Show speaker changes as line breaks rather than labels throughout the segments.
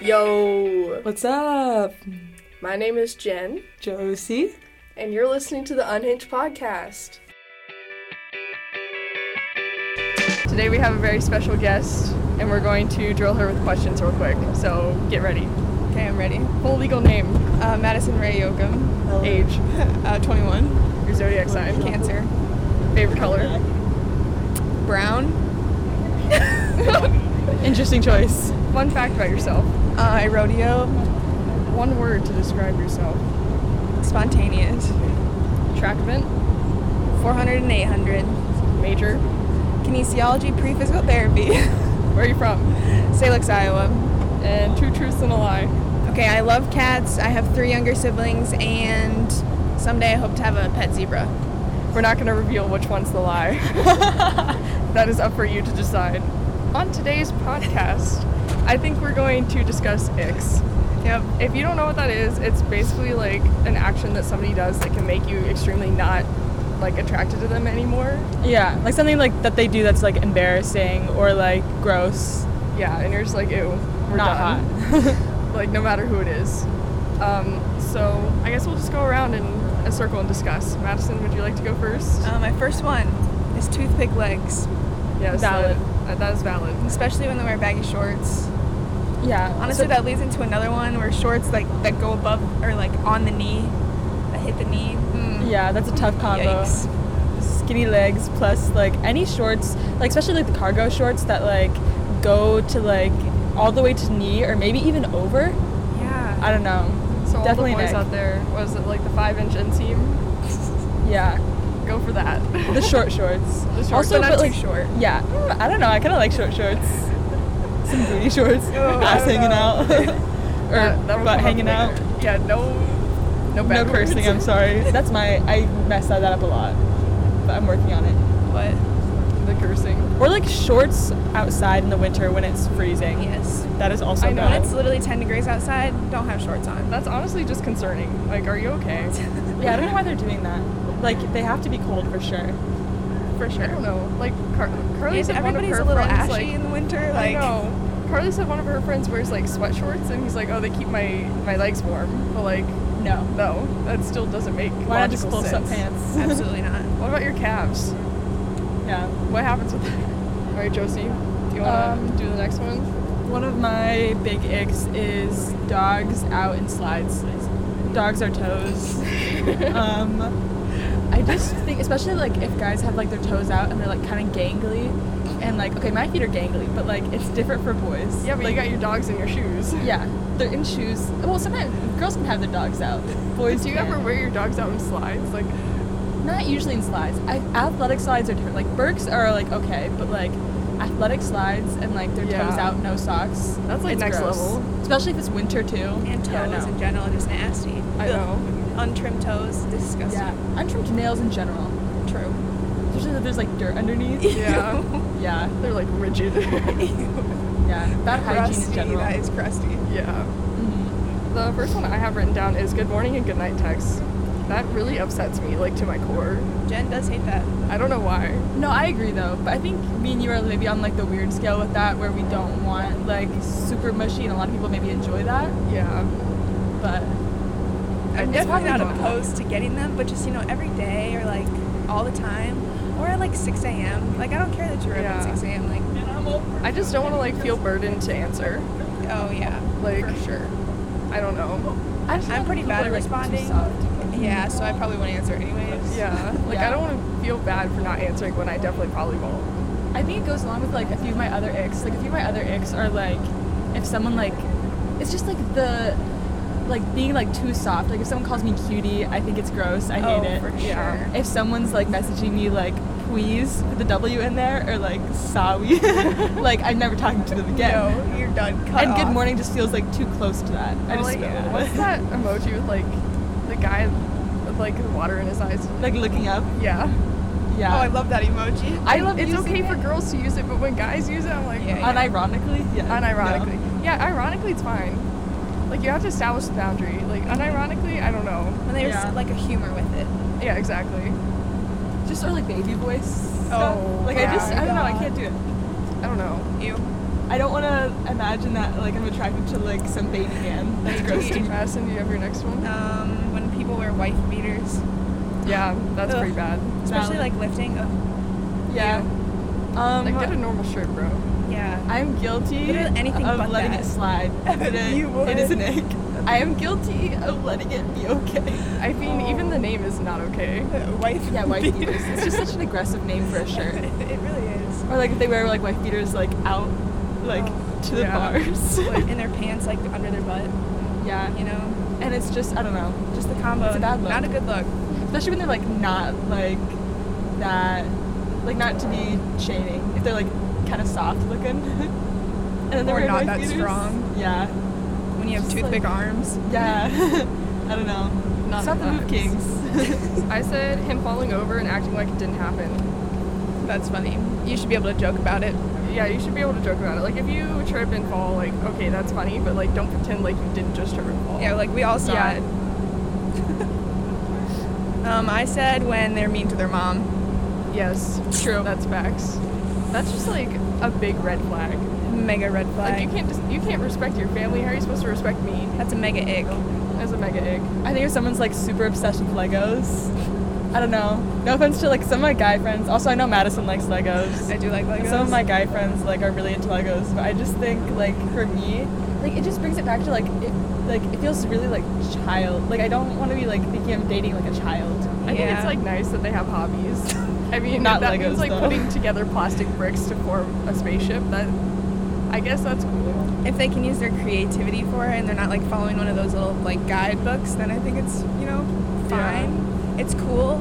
Yo,
What's up?
my name is Jen,
Josie?
and you're listening to the Unhinged Podcast. Today we have a very special guest, and we're going to drill her with questions real quick. So get ready.
Okay, I'm ready.
Full legal name,
Uh, Madison Ray Yoakum,
age,
uh, 21,
your zodiac sign,
Cancer,
favorite color.
Brown.
Interesting choice.
Fun fact about yourself.
Uh, I rodeo,
One word to describe yourself.
spontaneous,
Attractment,
400 and 800,
major.
kinesiology, pre-physical therapy,
Where are you from?
Salix, Iowa.
And two truths and a lie.
Okay, I love cats. I have three younger siblings, and someday I hope to have a pet zebra.
We're not going to reveal which one's the lie. that is up for you to decide. On today's podcast, I think we're going to discuss icks.
Yep.
If you don't know what that is, it's basically like an action that somebody does that can make you extremely not like attracted to them anymore.
Yeah, like something like that they do that's like embarrassing or like gross.
Yeah, and you're just like, ew, we're
not
done.
hot.
Like no matter who it is. Um, so I guess we'll just go around in a circle and discuss. Madison, would you like to go first?
Uh, my first one is toothpick legs,
yes, Uh,
valid.
That, that is valid.
especially when they wear baggy shorts.
yeah.
Honestly,
so-
that leads into another one where shorts like that go above or like on the knee, that hit the knee. Mm.
Yeah, that's a tough combo.
Yikes.
Skinny legs plus like any shorts, like especially like the cargo shorts that like go to like all the way to knee or maybe even over.
Yeah.
I don't know.
So
Definitely
all the boys
neck.
out there, was it like the five inch inseam?
Yeah.
Go for that.
The short shorts.
The shorts,
also,
but not too
like,
short.
Yeah. Mm, I don't know. I kind of like short shorts. Some booty shorts.
Oh, I
ass
don't
hanging
know.
out. or
That- that will come
butt
up
hanging out.
later. Yeah, no, no
No
bad words.
cursing. I'm sorry. That's my. I messed that up a lot, but I'm working on it.
What?
The cursing.
Or like shorts outside in the winter when it's freezing.
Yes.
That is also
I know.
When
bad.
it's literally 10 degrees outside, don't have shorts on.
That's honestly just concerning. Like, are you okay?
Yeah, I don't know why they're doing that. Like they have to be cold for sure.
For sure. I don't know. Like, Car- Carly
And
said
everybody's
one
a
of her
little
friends,
ashy
like,
in the winter.
I
Like,
know. Carly said one of her friends wears like sweatshorts, and he's like, "Oh, they keep my my legs warm." But like,
No.
no, that still doesn't make
Why not
logical
just pull
sense.
some pants?
absolutely not.
What about your calves?
yeah.
What happens with that? All right, Josie, do you want to
Um,
do the next one?
One of my big icks is dogs out in slides. Dogs are toes. um, I just think, especially like if guys have like their toes out and they're like kind of gangly, and like okay, my feet are gangly, but like it's different for boys.
Yeah, but
like,
you got your dogs in your shoes.
yeah, they're in shoes. Well, sometimes girls can have their dogs out. Boys,
Do you
can't.
ever wear your dogs out in slides? Like,
Not usually in slides. I, athletic slides are different. Like Birks are like okay, but like athletic slides and like their
Yeah.
toes out, no socks.
That's, like,
it's
next
gross.
level.
Especially if it's winter too.
And toes
Yeah, no.
in general are just nasty.
I
Ugh.
know.
Untrimmed toes, disgusting.
Yeah, untrimmed nails in general.
True.
Especially if there's like dirt underneath.
Yeah,
yeah,
they're like rigid.
yeah. Bad hygiene
Crusty,
in general.
That is crusty.
yeah.
Mhm.
The first one I have written down is good morning and good night texts. That really upsets me, like to my core.
Jen does hate that.
I don't know why.
No, I agree though, but I think me and you are maybe on like the weird scale with that, where we don't want like super mushy, and a lot of people maybe enjoy that,
Yeah.
but
I'm
It's
definitely
probably
not
normal.
opposed to getting them, but just you know, every day or like all the time, or at like 6 a.m. Like I don't care that you're up
Yeah.
at 6 a.m. Like,
I just don't want to like feel burdened to answer.
oh yeah,
Like-
for sure.
I don't know.
I just
I'm
don't
pretty
think
bad at
people are, like, too
responding.
soft.
Yeah, so I probably won't answer anyways.
Yeah. Like I
Yeah.
don't want to feel bad for not answering when I definitely probably won't.
I think it goes along with like a few of my other icks. Like a few of my other icks are like if someone like it's just like the like being like too soft. Like if someone calls me cutie, I think it's gross. I
oh,
hate it.
for sure.
Yeah.
If someone's like messaging me like please with the W in there or like sorry, like I'm never talking to them again.
No, you're done. Cut
and good
off.
morning just feels like too close to that. I
Or,
just
like,
feel bad.
what's that emoji with like the guy with like the water in his eyes?
like looking up.
Yeah.
Yeah.
Oh, I love that emoji.
I love
It's
using
okay for
it.
girls to use it, but when guys use it, I'm like,
Yeah,
unironically. Yeah.
unironically. Yeah, ironically, it's fine. Like you have to establish the boundary. Like unironically, I don't know.
And there's
Yeah.
like a humor with it.
Yeah, exactly.
No. Just or like baby voice.
Oh,
stuff. like I
yeah.
just I don't know. I
God.
can't do it.
I don't know.
You.
I don't want to imagine that like I'm attracted to like some baby man. That's Uh, gross to me.
Madison, do you have your next one?
Um, when people wear wife beaters,
Yeah, that's
Ugh.
pretty bad.
especially
Valid.
like lifting. oh, Ugh,
Yeah. Um,
Like, get a normal shirt, bro.
yeah.
I'm guilty
Literally anything
of
but
letting
that.
it slide. But it,
You would.
it is an ick. I am guilty of letting it be okay.
I mean, even the name is not okay.
wife.
Yeah, wife beaters. It's just such an aggressive name for a shirt.
it really is.
Or like if they wear like wife beaters like out, like
Oh,
to the
yeah.
bars.
Like, in their pants, like under their butt.
yeah.
You know,
And it's just I don't know, just the combo.
combo.
It's a bad look.
Not a good look.
Especially when they're like not like that, like not to be shaming. If they're like kind of soft looking. and then they're
Or
wearing
not
wife
that
beaters.
strong.
Yeah.
When you have
Just like-
toothpick arms.
Yeah. I don't know.
Not
Stop the Move
nice.
Kings.
I said him falling over and acting like it didn't happen.
That's funny. You should be able to joke about it.
Yeah, you should be able to joke about it. Like, if you trip and fall, like, okay, that's funny, but like, don't pretend like you didn't just trip and fall.
Yeah, like we all saw
Yeah.
it. um, I said when they're mean to their mom.
yes,
True.
That's facts. That's just like a big red flag.
Mega red
Like, you
flag.
can't just you can't respect your family. How are you supposed to respect me?
That's a mega ick.
As a mega egg.
I think if someone's like super obsessed with Legos, I don't know. No offense to like some of my guy friends. Also, I know Madison likes Legos.
I do like Legos.
Some of my guy friends like are really into Legos, but I just think like for me, like it just brings it back to like it, like it feels really like child. Like I don't want to be like thinking I'm dating like a child.
I think it's
Yeah.
like nice that they have hobbies. I mean,
Not
that
Legos,
means like
though.
putting together plastic bricks to form a spaceship. That I guess that's cool.
if they can use their creativity for it and they're not like following one of those little like guidebooks, then I think it's you know
Yeah.
fine. It's cool,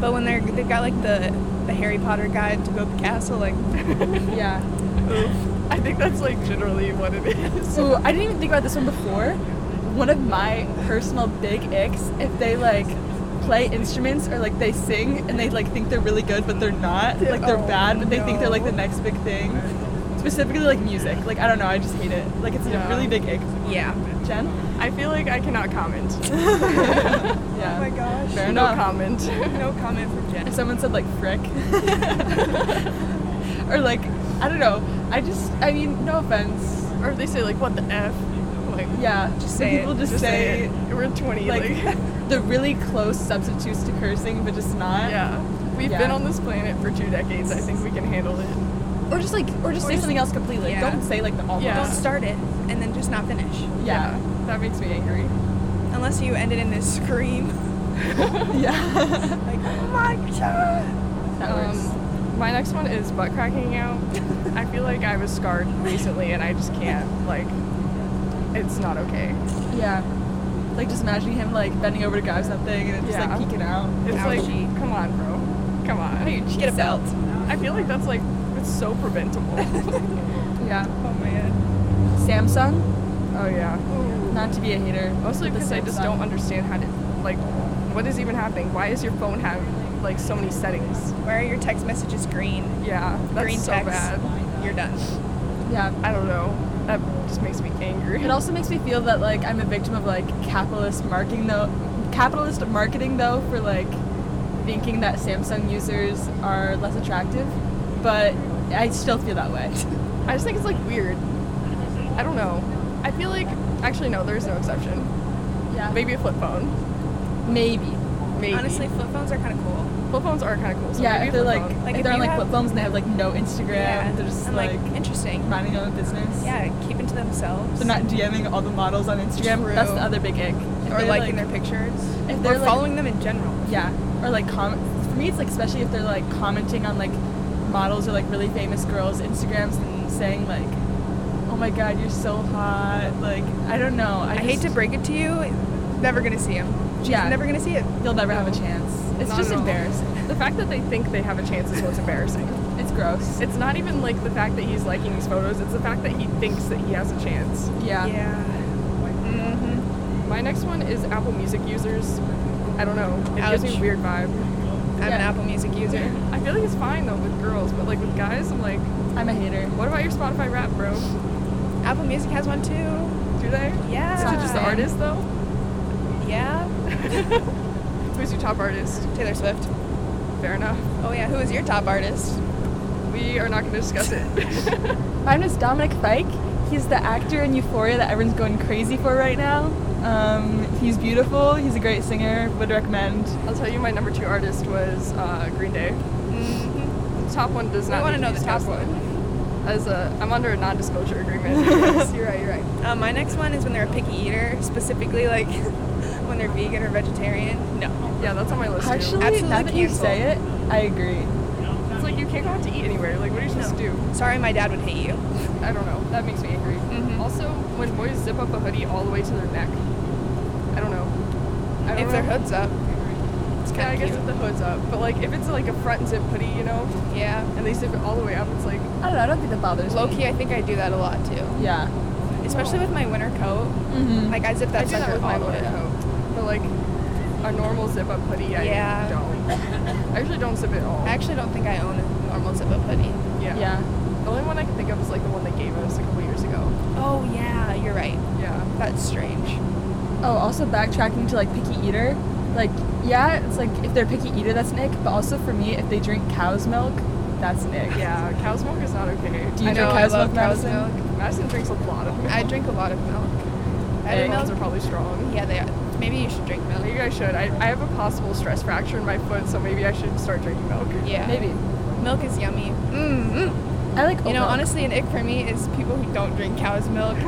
but when they're they've got like the the Harry Potter guide to build the castle, like
Yeah.
I think that's like generally what it is.
Ooh, I didn't even think about this one before. One of my personal big icks if they like play instruments or like they sing and they like think they're really good but they're not. Like they're
Oh,
bad but they think they're like the
no.
next big thing. Specifically like music. Like I don't know, I just hate it. Like it's
Yeah.
a really big ick.
yeah.
Jen?
I feel like I cannot comment.
Yeah.
oh gosh.
Fair
no
enough.
comment.
No comment from Jen.
If someone said like frick or like I don't know. I just I mean no offense.
or if they say like what the f, like
Yeah. Just
say it.
people just,
just
say,
say it. we're 20. Like,
like the really close substitutes to cursing but just not.
yeah, we've
Yeah.
been on this planet for two decades. I think we can handle it.
Or just like, or just
Or
say
just-
something else completely.
yeah.
Don't say like the almost.
Yeah.
Don't start it and then just not finish.
Yeah.
that makes me angry.
Unless you ended in this scream,
Yeah.
like oh my god.
that works.
Um, my next one is butt cracking out. I feel like I was scarred recently, and I just can't. Like, it's not okay.
Yeah. Like just imagining him like bending over to grab something and it's just
Yeah.
like peeking out.
It's like,
Ouchie.
come on, bro, come on.
Get a belt.
I feel like that's like it's so preventable.
Yeah.
Oh man.
Samsung,
oh yeah.
not to be a hater.
Mostly
but the
because I just
Samsung.
don't understand how to like what is even happening. Why does your phone have like so many settings?
Why are your text messages green?
Yeah, that's
green
so
text.
bad.
You're done.
Yeah.
I don't know. That just makes me angry.
It also makes me feel that like I'm a victim of like capitalist marketing though, capitalist marketing though for like thinking that Samsung users are less attractive, but I still feel that way.
I just think it's like weird. I don't know. I feel like actually no, there's no exception.
yeah.
Maybe a flip phone.
Maybe.
Maybe.
Honestly, flip phones are kind of cool.
flip phones are kind of cool. So
yeah,
maybe
if
a
they're
flip
like,
phone.
Like,
if
if
they're on
you
like
have-
flip phones and they have like no Instagram, they're just
I'm
like,
interesting.
minding their own business.
Yeah, keeping to themselves.
They're not DMing all the models on Instagram.
True.
That's the other big ick. If
or
they're,
liking their pictures.
if
or
they're like-
following them in general.
yeah, or like comment. For me, it's like especially if they're like commenting on like models or like really famous girls' Instagrams and saying like, "Oh my God, you're so hot." Like I don't know. I,
I,
just,
hate to break it to you, never gonna see him. She's
Yeah.
never gonna see it.
You'll never have a chance. It's
Not
just
at all.
embarrassing.
The fact that they think they have a chance is what's embarrassing.
It's gross.
It's not even like the fact that he's liking these photos. It's the fact that he thinks that he has a chance.
yeah.
Mm-hmm.
My next one is Apple Music users. I don't know. It gives me
Ouch.
a weird vibe.
I'm
Yeah.
an Apple Music user.
I feel like it's fine though with girls, but like with guys, I'm like,
I'm a hater.
what about your Spotify rap, bro?
Apple Music has one too.
Do they?
Yeah.
Is it just the artist though?
Yeah.
Who's your top artist?
Taylor Swift.
Fair enough.
Oh yeah, who is your top artist?
We are not going to discuss it.
My name is Dominic Fike. He's the actor in Euphoria that everyone's going crazy for right now. Um, he's beautiful. He's a great singer. Would recommend.
I'll tell you, my number two artist was uh, Green Day.
Mm-hmm.
The top one does
We
not.
wanna
need
know
be
the top
discussed, though. As a, I'm under a non-disclosure agreement. Yes, you're right. You're right.
Um, my next one is when they're a picky eater, specifically like when they're vegan or vegetarian. No.
Yeah, that's on my list. too.
Actually,
Absolutely
now that you
canceled.
say it, I agree.
it's like you can't go out to eat anywhere. Like, what are you supposed to do?
Sorry, my dad would hate you.
I don't know. That makes me angry.
Mhm.
Also, when boys zip up a hoodie all the way to their neck, I don't know. I don't
If their
know.
hood's up, it's
yeah, I
kind of
guess
cute.
if the hood's up, but like if it's like a front zip hoodie, you know,
Yeah.
and they zip it all the way up, it's like
I don't know. I don't think that bothers
Low key, I think I do that a lot too,
Yeah.
especially with my winter coat.
Mm-hmm.
Like I zip
I
that
do that
sucker
with
all
my
the way
winter
up.
coat, but like a normal zip up hoodie, I
Yeah.
don't. I usually don't zip it all.
I actually don't think I own a normal zip up hoodie.
yeah.
yeah.
The only one I can think of is like the one they gave us a couple years ago.
Oh yeah, you're right.
Yeah.
That's strange.
Oh, also backtracking to like picky eater. Like, yeah, it's like if they're picky eater, that's an ick. But also for me, if they drink cow's milk, that's an ick.
Yeah. Cow's milk is not okay.
Do you
I
drink
know, I
cow's
love
milk,
cow's
Madison?
milk.
Madison drinks a lot of milk.
I drink a lot of milk. I
Egg.
don't
Milks
know.
are probably strong.
Yeah, they are. Maybe you should drink milk.
Maybe I should. I, I have a possible stress fracture in my foot, so maybe I should start drinking milk.
Yeah.
Maybe.
Milk is yummy. Mm, mm.
I like. oat
You know,
milk.
honestly, an ick for me is people who don't drink cow's milk.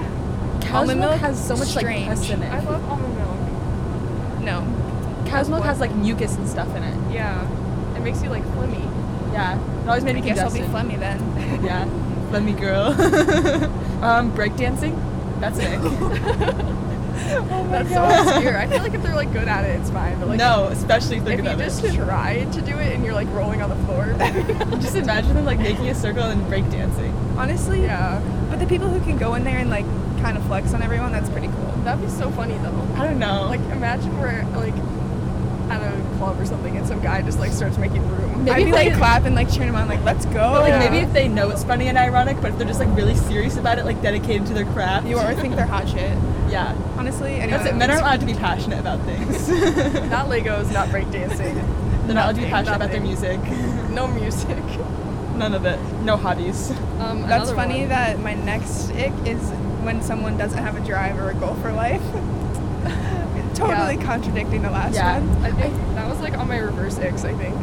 cow's
almond
milk,
milk,
has so much
strange.
like pus in
I
it.
love almond milk.
No.
Cow's milk has like mucus and stuff in it.
Yeah. It makes you like flimmy.
Yeah. It always made
I
me
guess I'll be
congested.
phlegmy then.
Yeah, let me girl. um, breakdancing, that's an ick.
Oh That's
God.
so obscure. I feel like if they're like good at it, it's fine. But like
no, especially if they're
if
good
you
at it.
just try to do it and you're like rolling on the floor.
Just imagine them like making a circle and breakdancing.
Honestly,
yeah.
But the people who can go in there and like kind of flex on everyone, that's pretty cool.
That'd be so funny though.
I don't know.
Like imagine we're like at a club or something and some guy just like starts making room.
Maybe
I'd be
if
like
they-
clap and like cheering them on, like let's go.
but, like
yeah.
maybe if they know it's funny and ironic, but if they're just like really serious about it, like dedicated to their craft.
you or think they're hot shit.
Yeah.
Honestly, anyone
That's it. Men
else.
aren't allowed to be passionate about things. they're
Not Legos, not breakdancing,
not allowed to
Nothing,
be passionate about their
nothing.
music.
no music.
None of it. No hobbies.
Um,
That's
another
funny
one.
that my next ick is when someone doesn't have a drive or a goal for life. totally contradicting the last
Yeah.
one.
I think that was like on my reverse X, I think.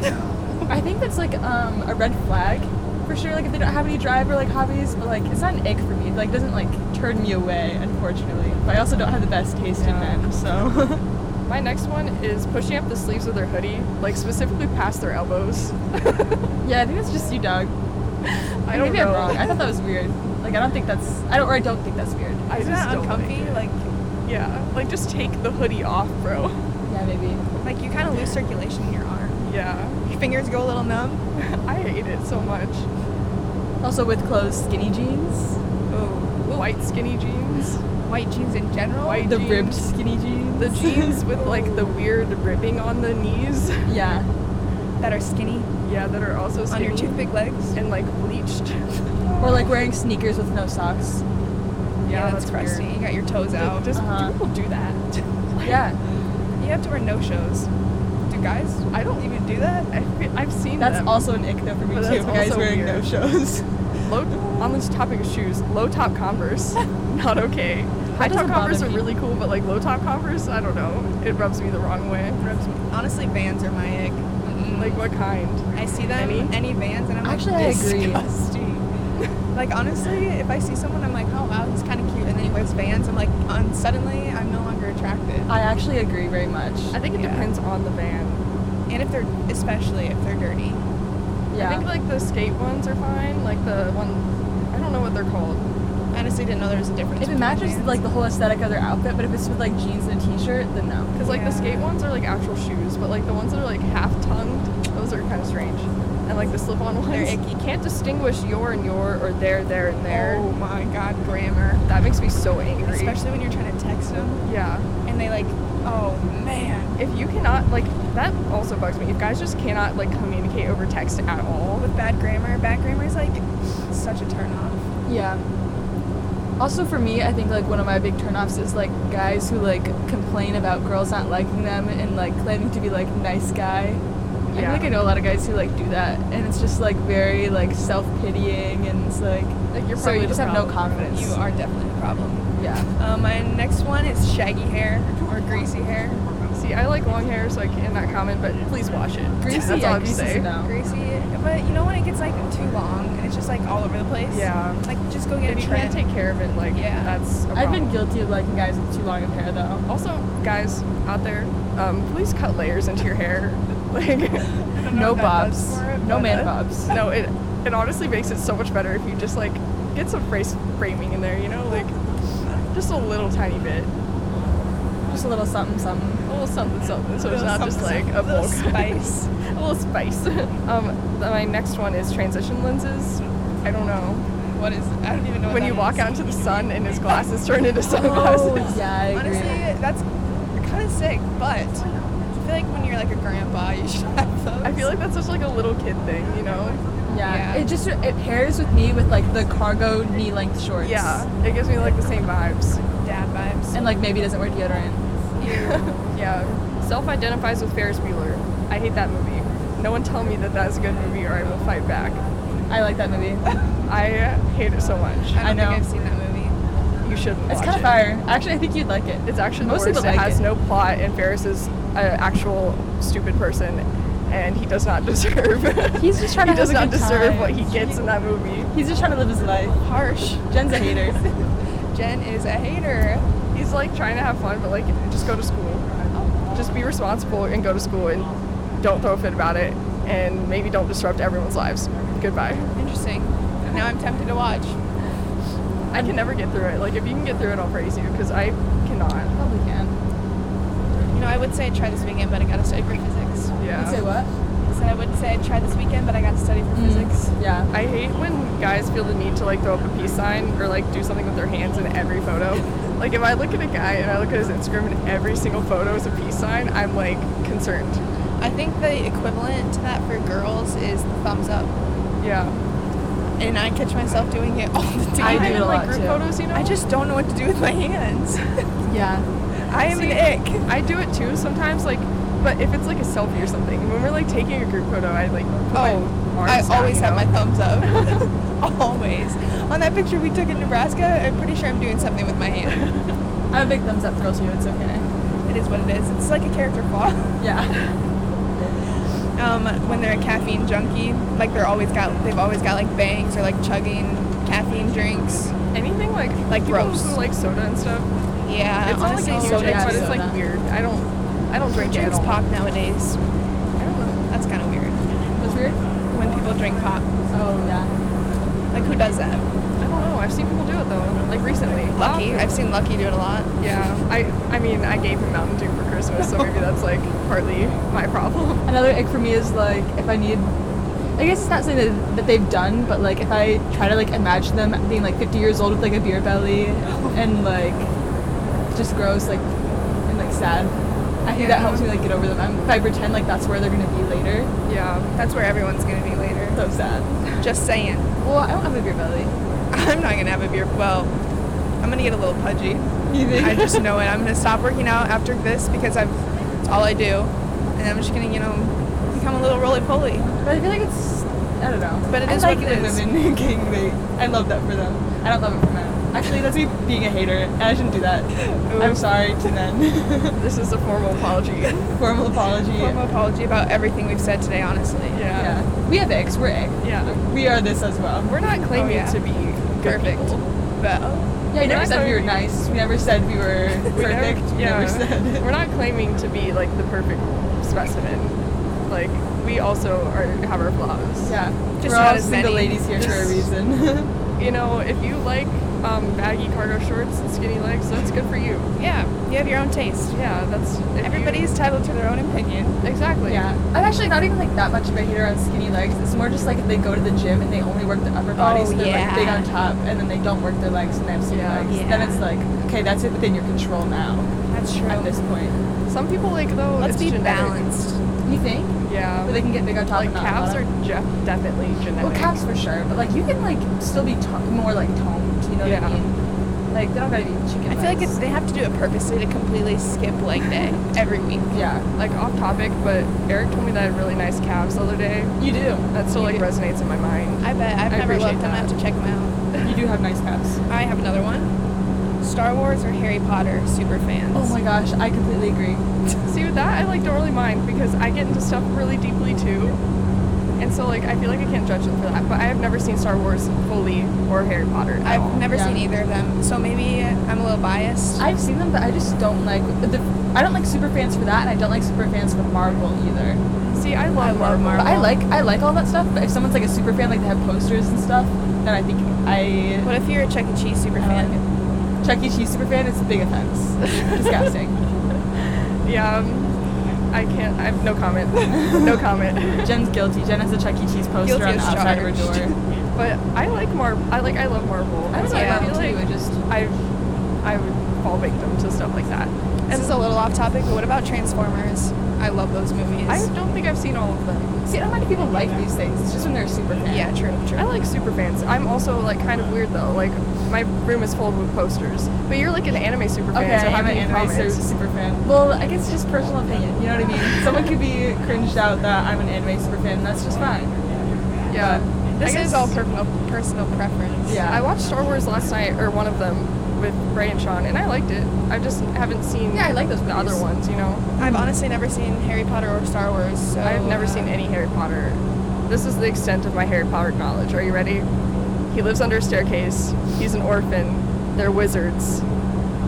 I think that's like um, a red flag for sure. Like if they don't have any drive or like hobbies, but like it's not an ick for me. Like it doesn't like turn me away, unfortunately. But I also don't have the best taste
Yeah.
in men, so
My next one is pushing up the sleeves of their hoodie, like specifically past their elbows.
yeah, I think that's just you, dog.
I don't
Maybe
know.
I'm wrong. I thought that was weird. Like I don't think that's I don't or I don't think that's weird.
I
Isn't
just
that
don't
uncomfy?
Like,
Like,
yeah, like just take the hoodie off, bro.
Yeah, maybe.
like you kind of lose circulation in your arm.
Yeah,
Your fingers go a little numb.
I hate it so much.
Also with clothes, skinny jeans,
Oh,
White skinny jeans,
white jeans in general.
White-
the
Jeans.
ribbed skinny jeans,
the jeans with like the weird ribbing on the knees.
yeah,
that are skinny
Yeah, that are also
on
skinny
your toothpick legs.
and like bleached.
or like wearing sneakers with no socks.
Yeah,
that's,
weird.
crusty. You got your toes
Like,
out.
Just
Uh-huh.
do people do that?
Yeah,
you have to wear no shows. Do guys?
I don't even do that. I feel, I've seen
that's
them.
also an ick though for me
But
too.
that's
Guys
also
wearing no
weird.
shows.
Low, on this topic of shoes, low top Converse, not okay. High top
doesn't
Converse
bother
are
me.
really cool, but like low top Converse, I don't know. It rubs me the wrong way.
Honestly, Vans are my ick. Mm-mm.
Like what kind?
I see them
Any?
any, Vans, and I'm
Actually, I
like,
agree.
disgusting. like honestly, if I see someone, I'm like, oh wow, he's kind of cute, and then he wears Vans, I'm like, um, suddenly I'm no longer attracted.
I actually agree very much.
I think it
Yeah.
depends on the van.
And if they're, especially if they're dirty.
I think like the skate ones are fine. Like the one, I don't know what they're called.
Honestly, didn't know there was a difference.
If it
between
matches
Vans.
like the whole aesthetic of their outfit, but if it's with like jeans and a t-shirt, then no.
Cause like the
Yeah.
skate ones are like actual shoes, but like the ones that are like half tongued, those are kind of strange. And like the slip on ones,
They're icky.
You can't distinguish your and your or there, there and there.
oh my god, grammar.
That makes me so angry.
Especially when you're trying to text them,
yeah.
and they like, oh man,
if you cannot like that also bugs me if guys just cannot like communicate over text at all
with bad grammar. Bad grammar is like such a turn off.
Yeah. Also for me, I think like one of my big turnoffs is like guys who like complain about girls not liking them and like claiming to be like nice guy. I feel
Yeah.
like I know a lot of guys who like do that, and it's just like very like self pitying, and it's like
Like you're probably
so you
the
just have no
problem.
confidence.
You are definitely the problem.
Yeah.
Um, my next one is shaggy hair or greasy hair.
See, I like long hair, so I cannot comment, but please wash it.
Greasy.
That's
yeah,
all I'm
greasy's a
saying.
no.
Greasy, but you know when it gets like too long and it's just like all over the place.
Yeah.
Like just go get
If
a
you
trim.
can't take care of it, like,
Yeah.
that's a
I've been
problem.
guilty of liking guys with too long of hair though.
Also, guys out there, um, please cut layers into your hair. Like,
don't know
No
what that does
bobs.
for it,
No
but,
man
uh,
bobs.
no, it it honestly makes it so much better if you just like get some face framing in there, you know, like just a little tiny bit,
Just a little something something.
a little something something, so it's
Little
not just like
something,
a
little
bulk.
spice.
a little spice. um, th- my next one is transition lenses. I don't know.
What is? I don't even know. what
When
that
you walk
is. Oh.
out into the sun and his glasses turn into sunglasses.
yeah, I agree.
Honestly, that's kind of sick, but I feel like when you're like a grandpa, you should have those.
I feel like that's such like a little kid thing, you know?
yeah.
yeah.
it just it pairs with me with like the cargo knee length shorts.
Yeah, it gives me like the same vibes.
dad vibes.
and like maybe doesn't wear deodorant.
yeah, self-identifies with Ferris Bueller. I hate that movie. No one tell me that that's a good movie, or I will fight back.
I like that movie.
I hate it so much.
I don't
I know.
think I've seen that movie.
You shouldn't.
It's
watch
kind of
it.
fire. Actually, I think you'd like it.
It's actually the
Most
worst.
people
It
like
has
it.
no plot, and Ferris is an actual stupid person, and he does not deserve.
He's just trying
he
to have
does
a
not
good
deserve what
time.
he gets in that movie.
He's just trying to live his life.
Harsh.
Jen's a hater.
Jen is a hater.
He's like trying to have fun, but like just go to school. Just be responsible and go to school, and don't throw a fit about it, and maybe don't disrupt everyone's lives. Goodbye.
Interesting. Now I'm tempted to watch.
I can never get through it. Like if you can get through it, I'll praise you because I cannot.
Probably can.
You know, I would say I tried this weekend, but I gotta study for physics.
Yeah.
You'd say what?
So I would say I tried this weekend, but I got to study for
Mm.
physics.
Yeah.
I hate when guys feel the need to like throw up a peace sign or like do something with their hands in every photo. Like if I look at a guy and I look at his Instagram and every single photo is a peace sign, I'm like concerned.
I think the equivalent to that for girls is the thumbs up.
Yeah.
And I catch myself doing it all the
I
time.
do it a
like
lot,
group
too.
photos, you know.
I just don't know what to do with my hands.
Yeah.
I am
See,
an ick.
I do it too sometimes. Like, but if it's like a selfie or something, when we're like taking a group photo, I like. put my
Oh, I
arms down,
always
you
have
know?
my thumbs up. always. On that picture we took in Nebraska, I'm pretty sure I'm doing something with my hand.
I'm a big thumbs up girl too. It's okay.
it is what it is. It's like a character flaw.
Yeah.
Um, when they're a caffeine junkie, like they're always got, they've always got like bangs or like chugging caffeine drinks.
anything like
Like
people
gross.
who like soda and stuff.
Yeah,
it's not like
honestly,
a
huge
huge
soda
addict, but
is
it's like
soda.
weird. I don't. I don't drink it at
drinks
all.
pop nowadays.
I don't know.
That's kind of weird.
Was weird.
When people drink pop,
Oh yeah.
like who does that?
I don't know. I've seen people do it though, like recently. Um,
Lucky. I've seen Lucky do it a lot.
Yeah. I I mean, I gave him Mountain Dew for Christmas, so maybe that's like partly my problem.
Another ick for me is like if I need. I guess it's not something that, that they've done, but like if I try to like imagine them being like 50 years old with like a beer belly and like just gross like and like sad. I think that
Yeah.
helps me like get over them. I'm, if I pretend like that's where they're gonna be later,
Yeah.
That's where everyone's gonna be later.
so sad.
Just saying.
Well, I don't have a beer belly.
I'm not gonna have a beer. Well, I'm gonna get a little pudgy.
You think?
I just know it. I'm gonna stop working out after this because I've it's all I do, and I'm just gonna you know become a little roly poly.
But I feel like it's I don't know.
But it
I
is
like
what it
when
is.
women gain weight. I love that for them. I don't love it for men. Actually, that's me being a hater. and I shouldn't do that. I'm
Oof.
sorry to men.
This is a formal apology.
Formal apology.
Formal apology about everything we've said today. Honestly.
Yeah.
Yeah. We have eggs. We're egg.
Yeah.
We are this as well.
We're not claiming
yeah.
to be good
Perfect.
people.
But
yeah, you never
not
said we were
claiming-
nice. We never said we were
We never-
perfect. We never said.
We're not claiming to be like the perfect specimen. Like we also are have our flaws.
Yeah.
Just
we're
not
all
as
single
many.
ladies here for a
Just-
reason.
You know, if you like um, baggy cargo shorts and skinny legs, that's good for you.
yeah, you have your own taste.
Yeah, that's if you-
Everybody's entitled to their own opinion.
exactly.
yeah. I'm actually not even like that much of a hater on skinny legs. It's more just like if they go to the gym and they only work the upper body,
Oh,
so they're
yeah.
like big on top, and then they don't work their legs and they have skinny
Yeah.
legs.
Yeah.
Then it's like, okay, that's it within your control now.
That's true.
At this point,
Some people like though.
Let's
it's
be
genetic.
balanced.
you think?
Yeah.
But they can get big on top.
like
and not
calves are
bottom?
def- definitely genetic.
Well, calves for sure, but like you can like still be to- more like toned. You know
Yeah.
what I mean? Like they don't gotta be chicken.
I feel like
legs.
it's, they have to do it purposely to completely skip leg day every week.
yeah.
Like off topic, but Eric told me that I had really nice calves the other day.
You do.
That still like
You do.
resonates in my mind.
I bet. I've
I
never
appreciate
looked them. I have to check them out.
You do have nice calves.
I have another one. Star Wars or Harry Potter super fans.
Oh my gosh, I completely agree.
See with that, I like don't really mind because I get into stuff really deeply too, and so like I feel like I can't judge them for that. But I have never seen Star Wars fully or Harry Potter. At all.
I've never
Yeah.
seen either of them, so maybe I'm a little biased.
I've seen them, but I just don't like the. I don't like super fans for that, and I don't like super fans for Marvel either.
See, I love,
I love
Marvel.
But I like I like all that stuff. But if someone's like a super fan, like they have posters and stuff, then I think I.
What if you're a Chuck E. Cheese super
I don't
fan?
like it. Chuck E. Cheese super fan is a big offense. Disgusting.
Yeah, um, I can't. I have no comment. no comment.
Jen's guilty. Jen has a Chuck E. Cheese poster
Guilty
on the
as
outside of
charged.
her door.
But I like Mar. I like. I love Marvel.
I don't
so
know
Yeah.
I
Marvel
feel
too. I
like
just
I, I would fall victim to stuff like that.
This is a little off topic, but what about Transformers? I love those movies.
I don't think I've seen all of them.
see. I don't mind if people like these things. It's just when they're super fan.
yeah, true, true.
I like super fans. I'm also like kind of weird though. Like my room is filled with posters. But you're like an anime super fan,
Okay,
so how
I'm
can
an
you
anime
comment?
su- super fan. Well, I guess it's just personal opinion. You know what I mean? Someone could be cringed out that I'm an anime super fan. That's just fine.
yeah.
this
I guess-
is all personal, personal preference.
Yeah.
I watched Star Wars last night, or one of them, with Ray and Sean, and I liked it. I just haven't seen
Yeah, I like those
the other
movies.
ones, you know.
I've honestly never seen Harry Potter or Star Wars, so
I've never
uh,
seen any Harry Potter. This is the extent of my Harry Potter knowledge. Are you ready? He lives under a staircase. He's an orphan. They're wizards.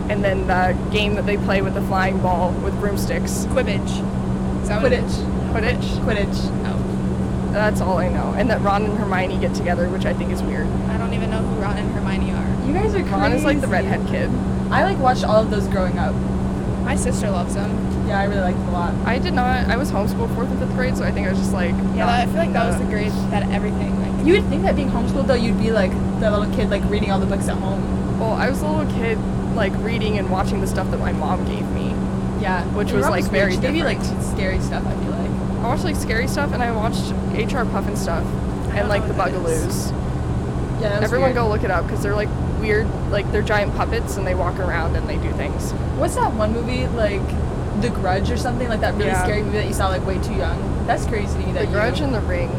And then the game that they play with the flying ball with broomsticks.
Quidditch. Is that what it-
Quidditch.
Quidditch.
Quidditch.
Oh,
That's all I know. And that Ron and Hermione get together, which I think is weird.
I don't even know who Ron and Hermione are.
You guys are crazy.
Ron is like the redhead kid.
I like watched all of those growing up.
My sister loves them.
Yeah, I really liked them a lot.
I did not. I was homeschooled fourth and fifth grade, so I think I was just like.
Yeah,
not
that, I feel like that was
in
the grade that everything like.
You would think that being homeschooled though, you'd be like the little kid like reading all the books at home.
Well, I was a little kid, like reading and watching the stuff that my mom gave me.
Yeah,
Which was, like, very
Maybe like scary stuff. I feel like.
I watched like scary stuff, and I watched HR Puffin stuff,
don't
and like
know
the
what that
Bugaloos.
is.
Yeah, that was
Everyone
weird.
go look it up because they're like weird, like they're giant puppets and they walk around and they do things.
What's that one movie like, The Grudge or something like that? Really
Yeah.
scary movie that you saw like way too young. That's crazy to me. That
The Grudge
you,
and the Ring.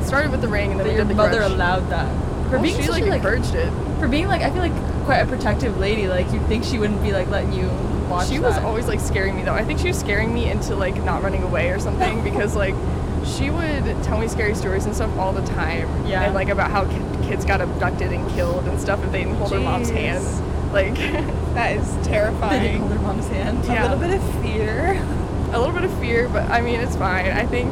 It started with the Ring and then
that
we
your
did the
mother
Grudge.
allowed that. For
Well,
being
she
such
like,
a, like
encouraged it.
for being like I feel like quite a protective lady. Like you'd think she wouldn't be like letting you watch.
she was
that.
always like scaring me though. I think she was scaring me into like not running away or something because like she would tell me scary stories and stuff all the time.
Yeah.
And like about how ki- kids got abducted and killed and stuff if they didn't hold their mom's
Jeez.
hand. Like
That
They
is
didn't hold
terrifying.
their mom's hand.
Yeah.
A little bit of fear.
a little bit of fear, but I mean it's fine. I think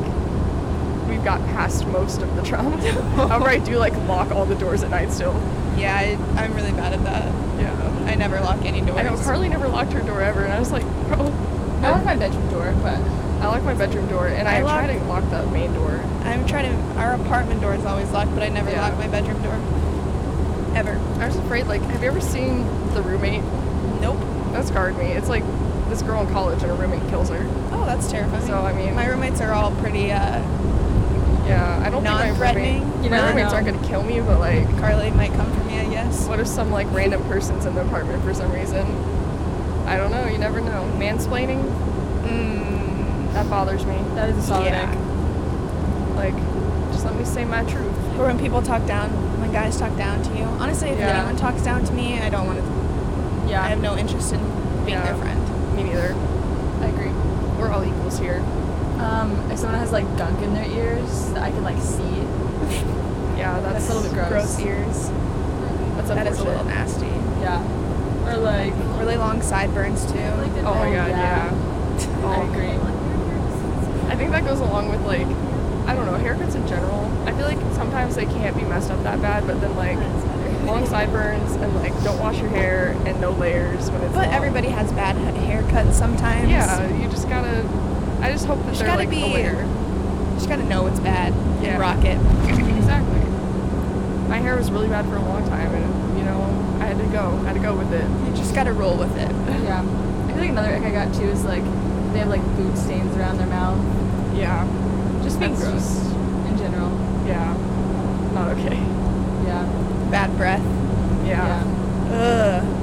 we've got past most of the trauma. However, I do like lock all the doors at night still.
Yeah, I, I'm really bad at that.
Yeah.
I never lock any doors.
I know Carly never locked her door ever, and I was like, bro,
I locked my bedroom door, but
I lock my bedroom door, and I,
I
try to lock the main door.
I'm trying to. Our apartment door is always locked, but I never
Yeah.
lock my bedroom door. Ever.
I was afraid, like, have you ever seen The Roommate?
Nope.
That scarred me. It's like this girl in college and her roommate kills her.
Oh, that's terrifying.
So, I mean-
my roommates are all pretty uh,
Yeah, I don't think my
non-threatening.
roommate.
You
my
never
roommates
know.
aren't gonna kill me, but like,
Carly might come for me, I guess.
what if some like random person's in the apartment for some reason? I don't know. You never know. Mansplaining
Mm,
that bothers me.
that is a solid
Yeah.
egg.
Like, just let me say my truth.
or when people talk down, when guys talk down to you. Honestly, if
Yeah.
anyone talks down to me, I don't want to.
Yeah.
I have no interest in being
Yeah.
their friend.
Me neither.
I agree.
We're all equals here.
Um, if someone has like gunk in their ears, that I can like see.
Yeah, that's,
That's a little bit gross.
Gross ears.
That's
That is a
unfortunate.
little nasty.
Yeah. Or like.
Really long sideburns too.
Oh my god, yeah.
I
Oh.
agree.
I think that goes along with like, I don't know, haircuts in general. I feel like sometimes they can't be messed up that bad, but then like long sideburns and like don't wash your hair and no layers when it's.
But
long.
everybody has bad ha- haircuts sometimes.
Yeah, you just gotta. I just hope that
Just
they're
gotta
like
be-
aware.
You just gotta know it's bad
Yeah.
and rock it.
Exactly. My hair was really bad for a long time, and you know I had to go. I had to go with it.
You just gotta roll with it.
Yeah. I feel like another ick I got too is like they have like food stains around their mouth.
Yeah.
Just being
That's
gross
just-
in general.
yeah. Not okay.
Yeah.
Bad breath.
Yeah.
yeah.
Ugh.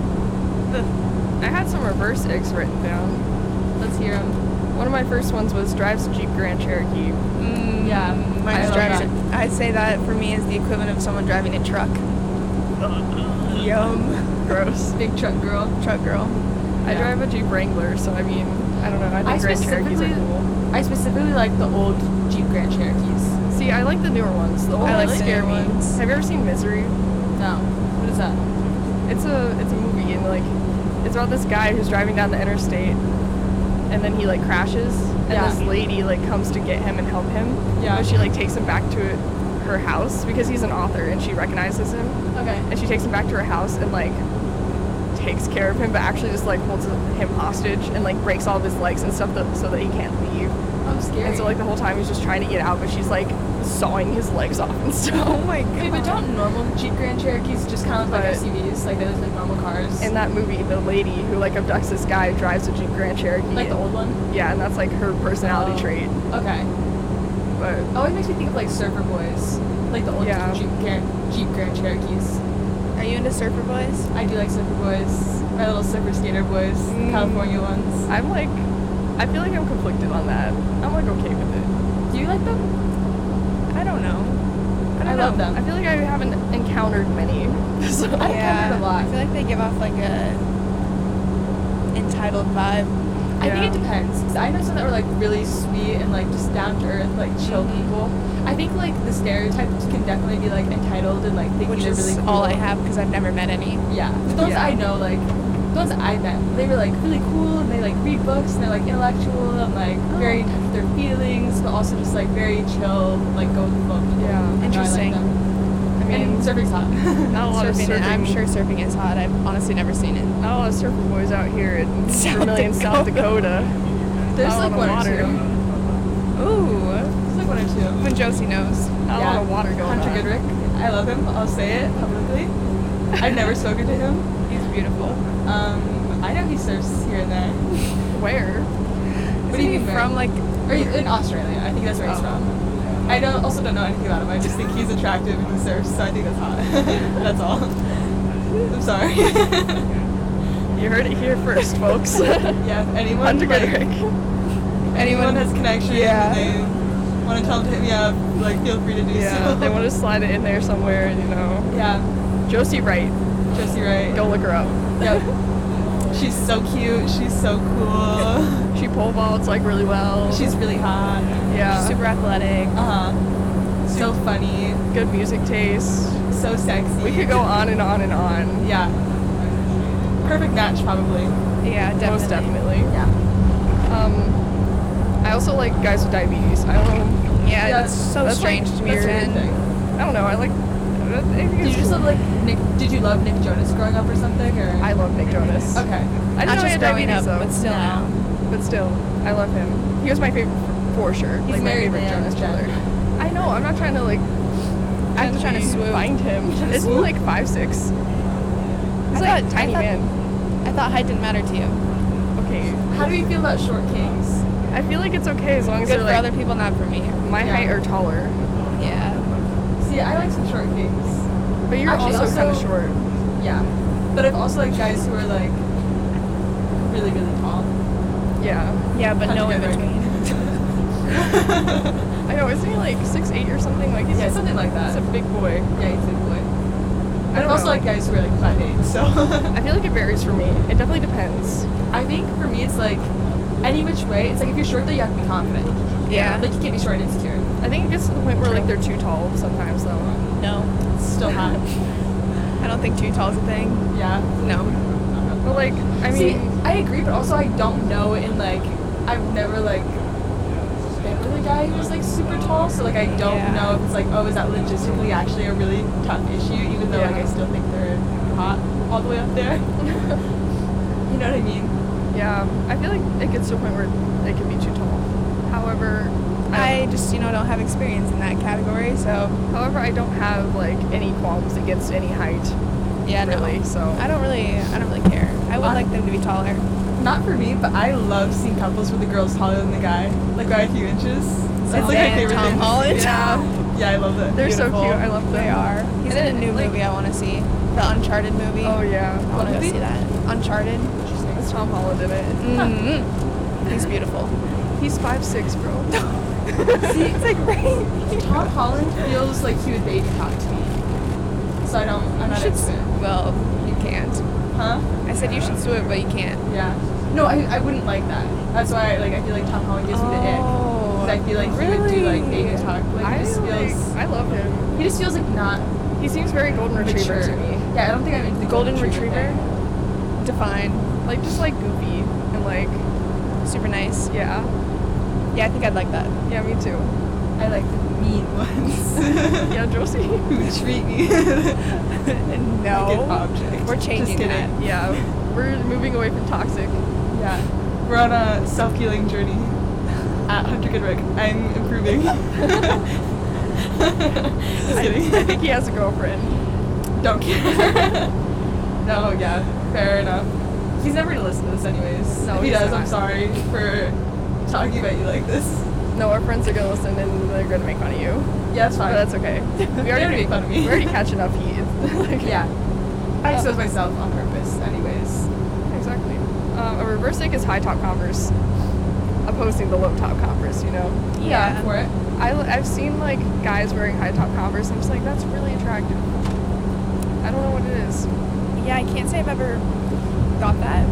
I had some reverse icks written down.
Let's hear them.
One of my first ones was drives a Jeep Grand Cherokee.
Mm,
Yeah,
I
Mine's
love
drives
that.
a- I'd say that for me is the equivalent of someone driving a truck. Yum.
Gross.
Big truck girl.
Truck girl.
I
Yeah.
drive a Jeep Wrangler, so I mean, I don't know. I think
I
Grand Cherokees are
specifically-
cool.
I specifically like the old Jeep Grand Cherokees.
See, I like the newer ones. The old
Oh, I like
ones
the
scare
newer
me.
ones.
Have you ever seen Misery?
No. What is that?
It's a it's a movie and like it's about this guy who's driving down the interstate, and then he like crashes, and
Yeah.
this lady like comes to get him and help him.
Yeah.
But she like takes him back to her house because he's an author and she recognizes him,
Okay.
and she takes him back to her house and like takes care of him, but actually just like holds him hostage and like breaks all of his legs and stuff that, so that he can't leave.
I'm scared.
And so like the whole time he's just trying to get out, but she's like sawing his legs off and
Oh
stuff.
my god.
Wait, but don't normal Jeep Grand Cherokees just kind of look like
But-
SUVs, like those like normal cars?
In that movie, the lady who like abducts this guy drives a Jeep Grand Cherokee.
like the old one?
yeah, and that's like her personality
Oh.
trait.
Okay.
But
Always makes me think of like surfer boys, like the old
Yeah.
Jeep, Grand, Jeep Grand Cherokees.
Are you into surfer boys?
I do like surfer boys, my little surfer skater boys,
Mm.
California ones.
I'm like, I feel like I'm conflicted on that. I'm like okay with it.
Do you like them?
I don't know.
I, don't
I
know.
love them.
I feel like I haven't encountered many. So
I don't
yeah.
cover it a lot.
I feel like they give off like a entitled vibe.
I think it
Yeah.
depends. 'cause I know some that were like really sweet and like just down to earth, like chill
Mm-hmm.
Mhm.
people. I think like the stereotypes can definitely be like entitled and like thinking
Which
they're
is
really cool.
all I have because I've never met any.
Yeah. But the ones
Yeah.
I know, like the ones I met, they were like really cool and they like read books and they're like intellectual and like
Oh.
very in touch with their feelings, but also just like very chill, like go with the flow. people.
Yeah.
And I like
Interesting.
them.
I mean,
and surfing's hot.
not a lot of
surfing,
surfing.
and I'm sure surfing is hot. I've honestly never seen it.
not a lot of surfer boys out here in
South
Vermillion, South Dakota.
There's
Out
like
on the
one or
water.
two.
Ooh.
There's like one or two.
When Josie knows.
Not a lot of water going
Hunter
on.
Goodrick. I love him. I'll say it publicly. I've never spoken to him.
He's beautiful.
Um, I know he surfs here and there.
Where?
What
What
do you
he
mean,
from? Like,
Or he- in Australia. I think that's where he's
Oh.
from. I don't, also don't know anything about him. I just think he's attractive and he surfs, so I think that's hot. that's all. I'm sorry.
You heard it here first, folks. Hunter
yeah, if anyone, like,
Goodrick.
anyone has connections
Yeah.
and they want to tell him to hit me up, like, feel free to do
Yeah,
so.
they want to slide it in there somewhere, you know.
yeah,
Josie Wright,
Josie Wright.
go look her up.
Yep. She's so cute. She's so cool.
She pole vaults like really well.
She's really hot.
yeah, Uh-huh.
super athletic.
Uh huh. So funny.
good music taste.
So sexy.
We could go on and on and on.
Yeah. Perfect match, probably.
Yeah, definitely.
Most definitely.
Yeah.
Um, I also like guys with diabetes. I don't.
Yeah,
Yeah,
it's so
that's
strange
like-
to me.
that's
you're
weird.
in.
Thing.
I don't know. I like. I think
Did you
it's
just love like Nick? Did you love Nick Jonas growing up or something? Or
I love Nick Jonas.
okay.
I didn't
Not
know he
just
had
growing
diabetes
up,
though,
but still
No.
now.
but still, I love him. He was my favorite for sure.
He's
like my
married
favorite
now,
Jonas
Jen.
brother. I know. I'm not trying to like. I'm
just trying to swoop.
find him.
Trying to
Isn't he
swoop?
like five six? He's
I
like
thought- I
tiny
thought-
man.
I thought height didn't matter to you.
Okay.
How do you feel about short kings?
I feel like it's okay as long as
Good
they're
for
like
other people, not for me.
my
Yeah.
height or taller.
Yeah.
See, I like some short kings.
But you're
Actually,
also, kind of
also-
short.
Yeah. But I've also like guys who are like really, really tall.
Yeah.
Yeah, but
Hunter
no in
Goodrick.
between.
I know. Isn't he like six eight or something? Like he's
yeah,
just-
something like
he's a
that.
big boy.
Yeah, he's a big boy.
I
I
don't
also
know.
like guys who are like five eight. So.
I feel like it varies for me. It definitely depends.
I think for me, it's like any which way. It's like if you're short, though, you have to be confident.
Yeah.
Like you can't be short and insecure.
I think it gets to the point where like they're too tall sometimes though.
No.
It's still hot.
I don't think too tall is a thing.
yeah.
No.
But like I mean,
See, I agree, but also I don't know, and like I've never like been with a guy who was like super tall, so like I don't
Yeah.
know if it's like oh is that logistically actually a really tough issue, even though like I
Yeah.
still think they're hot all the way up there. you know what I mean?
yeah, I feel like it gets to a point where they can be too tall. However, I,
I just, you know, don't have experience in that category, so
however I don't have like any qualms against any height
yeah,
really.
no.
So
I don't really, I don't really care. I would
Hon-
like them to be taller.
Not for me, but I love seeing couples where the girl's taller than the guy, like by a few inches. That's like my
Zendaya,
favorite
Tom
thing.
Holland.
Yeah, I love that.
they're so
Beautiful.
cute. I love them.
They are. He's
And
in a
it-
new
like-
movie I want to see. the Uncharted movie.
Oh
I
yeah,
want to go
Movie?
see that. Uncharted.
it's Tom Holland in it.
mm He's beautiful.
He's five six, bro.
See,
it's like right.
Tom Holland feels like he would baby talk to me. So I don't, I'm not into it.
Well, you can't.
Huh?
I said you should swim, but you can't.
Yeah. No, I, I wouldn't like that. That's why like I feel like Tom Holland gives me the ick.
Oh,
'Cause Oh. I feel like he would do like baby talk. Like
I
he just
like,
feels
I love him.
he just feels like not
He seems very golden retriever
mature.
to me.
Yeah, I don't think I'm into the
Golden
thing.
retriever,
Define.
like just like goofy and like
Super nice.
yeah,
Yeah, I think I'd like that.
yeah, me too.
I like the mean ones
Yeah, Josie.
who treat me like an object.
We're
Just
changing
kidding.
that.
Yeah, we're moving away from toxic.
Yeah, we're on a self-healing journey at Hunter Goodrick. I'm improving. Just kidding.
I think he has a girlfriend.
Don't care. no, yeah, fair enough. He's never gonna listen to this anyways.
No,
if he
he's
does,
not.
I'm sorry for talking about you like this.
No, our friends are gonna listen and they're gonna make fun of you.
Yeah, it's fine.
But that's okay.
They already make fun of me.
We already catch enough heat. Like-
Yeah. I expose myself on purpose anyways.
Exactly. Um, a reverse ick is high top converse, opposing the low top converse. You know,
Yeah. For it.
I have seen like guys wearing high top converse. I'm just like, that's really attractive. I don't know what it is.
Yeah, I can't say I've ever got that.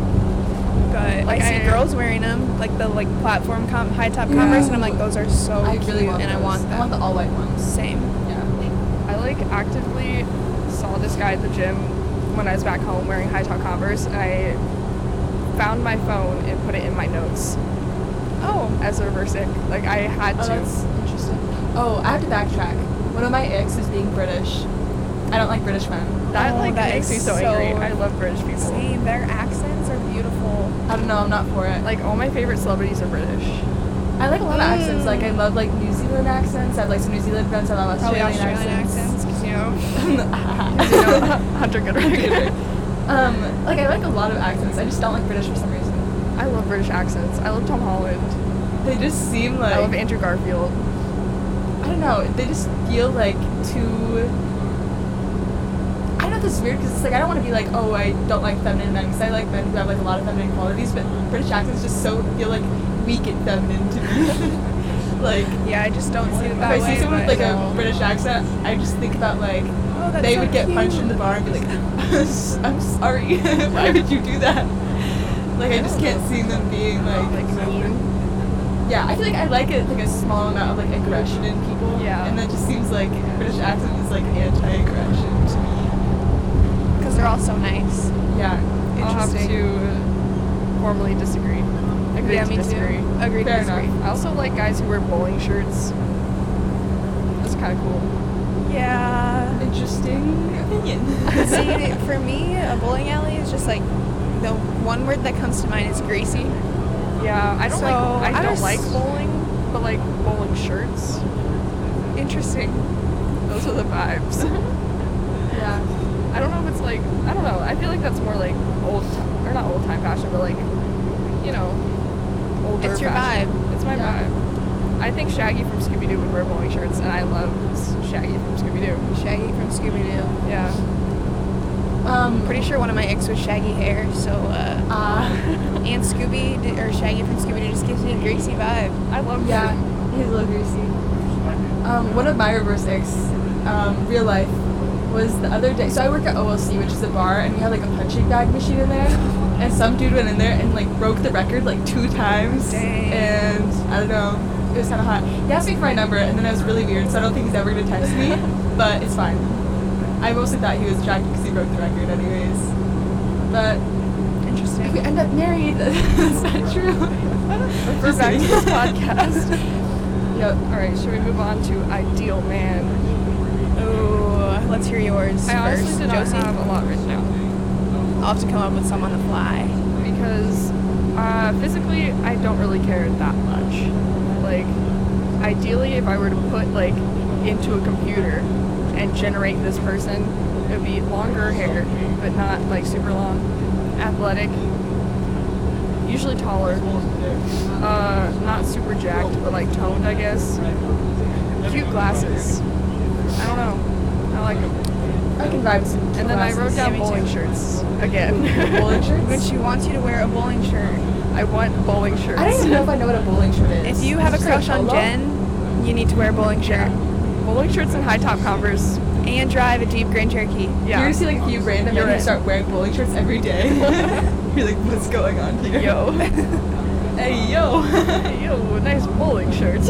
But
Like,
I see
I-
girls wearing them, like the like platform com- high top Converse, and I'm like, those are so
I
cute,
really want
and I
those.
want them.
I want the all white ones.
Same.
Yeah.
I like actively saw this guy at the gym when I was back home wearing high top converse. And I found my phone and put it in my notes
Oh,
as a reverse ick. Like I had
Oh,
to.
that's interesting. Oh, I have to backtrack. One of my icks is being British. I don't like British men.
that
Oh,
like
that
makes
is
me so,
so-
angry. I love British people.
same. Their accents are beautiful.
I don't know. I'm not for it.
Like all my favorite celebrities are British.
I like a lot of accents.
Mm.
Like I love like New Zealand accents. I like some New Zealand friends. I love
Oh,
Probably
Australian,
Australian accents, 'cause, you know.
As you know, Hunter Goodrick.
um, like I like a lot of accents. I just don't like British for some reason.
I love British accents. I love Tom Holland.
They just seem like
I love Andrew Garfield.
I don't know. They just feel like too. I don't know. This is weird because it's like I don't want to be like oh I don't like feminine men because I like men who have like a lot of feminine qualities, but British accents just so feel like weak and feminine to me. like
Yeah, I just don't see it
if
that
I
way.
see someone with
but-
like a British accent, I just think about like
Oh, that's
they
so
would get punched in
cute.
the bar and be like, I'm sorry, why would you do that? Like, I just can't see them being like,
Like mean.
yeah, I feel like I like it, like a small amount of like aggression in people.
Yeah.
And that just seems like British accent is like anti aggression to me.
Because they're all so nice.
Yeah.
I'll have
Interesting.
to formally disagree. Agree
yeah,
to
me
disagree.
too. Agreed.
Fair
to disagree.
enough.
I also like guys who wear bowling shirts. That's kind of cool.
Yeah.
Interesting opinion.
See, for me, a bowling alley is just like the one word that comes to mind is greasy.
Yeah, I don't
So,
like. I,
I
don't
was-
like bowling, but like bowling shirts.
Interesting.
Those are the vibes.
yeah.
I don't know if it's like. I don't know. I feel like that's more like old ti- or not old time fashion, but like, you know, older.
It's your
fashion.
vibe.
It's my
Yeah.
vibe. I think Shaggy from Scooby Doo would wear bowling shirts, and I love Shaggy from Scooby Doo.
Shaggy from Scooby Doo.
Yeah.
Um,
Pretty sure one of my ex was shaggy hair, so uh,
Uh,
and Scooby did, or Shaggy from Scooby Doo just gives me a greasy vibe.
I love.
Oh, Yeah, he's a little greasy. Um, one of my reverse icks, um, real life, was the other day. So I work at OLC, which is a bar, and we had like a punching bag machine in there. And some dude went in there and like broke the record like two times.
Dang.
And I don't know, it was kind of hot. He asked me for my number, and then I was really weird, so I don't think he's ever gonna text me. but it's fine. I mostly thought he was attracted because he broke the record, anyways. But we
Interesting.
end up married. That's not true.
Refer back to this podcast.
Yep.
All right, should we move on to ideal man?
Oh, let's hear yours
I honestly
first,
did not
Josie.
have a lot written down.
I'll have to come up with some on the fly.
because uh, physically I don't really care that much. Like, ideally, if I were to put like into a computer and generate this person, it would be longer hair, but not like super long, athletic, usually taller, uh, not super jacked, but like toned, I guess. Cute glasses. I don't know. I like them.
I can vibe some.
And then I wrote down
me too.
bowling shirts again.
Bowling shirts?
When she wants you to wear a bowling shirt.
I want bowling shirts.
I don't even know if I know what a bowling shirt is.
If you have a
Just like
crush on
polo?
Jen, you need to wear a bowling shirt
bowling shirts and high top Converse.
and drive a Jeep Grand Cherokee.
Yeah.
You're gonna see like a few random
You're
men who
right.
start wearing bowling shirts every day. You're like, what's going on here?
Yo.
Hey yo.
Yo, nice bowling shirt.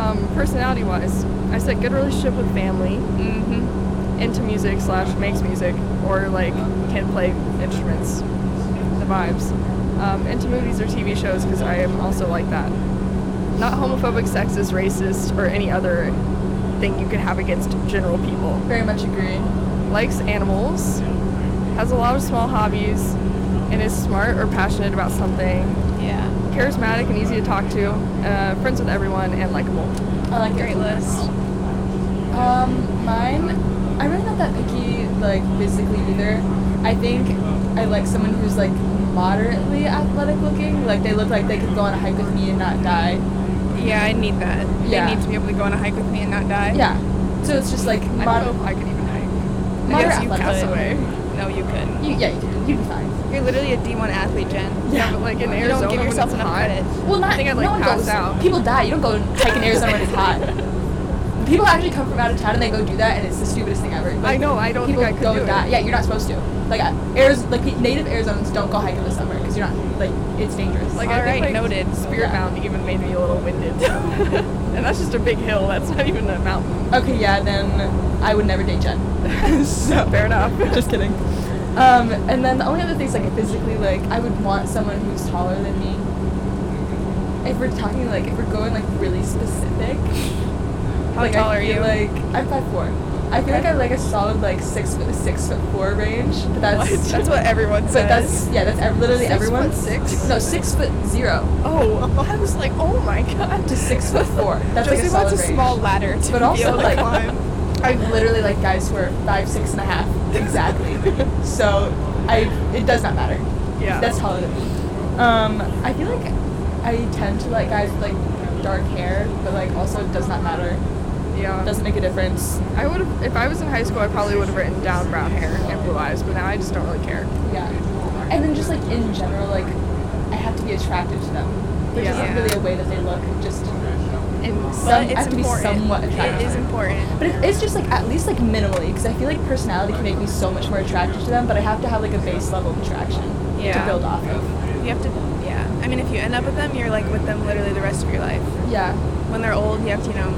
um, personality wise, I said good relationship with family,
Mm-hmm.
into music slash makes music, or like can play instruments. The vibes. Um, into movies or TV shows because I am also like that. Not homophobic, sexist, racist, or any other thing you could have against general people.
Very much agree.
likes animals, has a lot of small hobbies, and is smart or passionate about something,
Yeah.
charismatic and easy to talk to, uh, friends with everyone, and likable.
I like
Great
it.
list.
Um, mine. I'm really not that picky, like physically either. I think I like someone who's like moderately athletic looking. Like they look like they could go on a hike with me and not die.
Yeah, I need that.
Yeah.
They need to be able to go on a hike with me and not die.
Yeah. So it's just like
I
mod-
don't know if I could even hike.
I
moderate
guess you
athletic.
pass away. No, you couldn't.
You, yeah, you could- you'd be fine.
You're literally a D1 athlete, Jen.
Yeah, but like in
You
Arizona,
don't give
when
yourself
it's
enough
hot,
credit.
Well, not
I think I'd, like,
no one
pass
goes.
out.
People die. You don't go hike in Arizona when it's hot. People actually come from out of town and they go do that, and it's the stupidest thing ever. Like,
I know, I don't
people
think I could
go
do
and die.
it.
Yeah, you're not supposed to. Like, uh, Ariz- like native Arizonans don't go hiking this summer because you're not like it's dangerous.
Like
All
I think
right,
like,
noted.
Spirit
Yeah.
Mountain even made me a little winded, and that's just a big hill. That's not even a mountain.
okay, yeah, then I would never date Jen. so
Fair enough.
just kidding. Um, and then the only other things like physically, like I would want someone who's taller than me. If we're talking like if we're going like really specific,
How
like,
tall
I
are
feel
you?
Like I'm five four. I feel
Okay.
like I have, like a solid like six foot six foot four range, but that's
What?
That's what everyone
but
says.
that's yeah that's ev- literally
Six
everyone.
foot six?
No, six foot zero
oh, I was like, oh my god.
to six foot four. That's like a
Josie
solid
wants a
range.
small ladder to
But
be
also,
able to
like-
climb.
I'm literally like guys who are five six and a half exactly. so I it does not matter.
Yeah.
That's taller than me. Um, I feel like I tend to like guys with like dark hair, but like also it does not matter.
yeah.
Doesn't make a difference.
I would have, if I was in high school, I probably would have written down brown hair and blue eyes, but now I just don't really care.
Yeah. And then just like in general, like I have to be attracted to them. There's
Yeah.
just not really a way that they look. Just
And
some,
But
I
it's
have to be
important.
somewhat attracted.
It is important.
But it, it's just like at least like minimally, because I feel like personality can make me so much more attracted to them. But I have to have like a base level of attraction to
Yeah.
build off of.
You have to, yeah. I mean, if you end up with them, you're like with them literally the rest of your life.
Yeah,
When they're old, you have to, you know.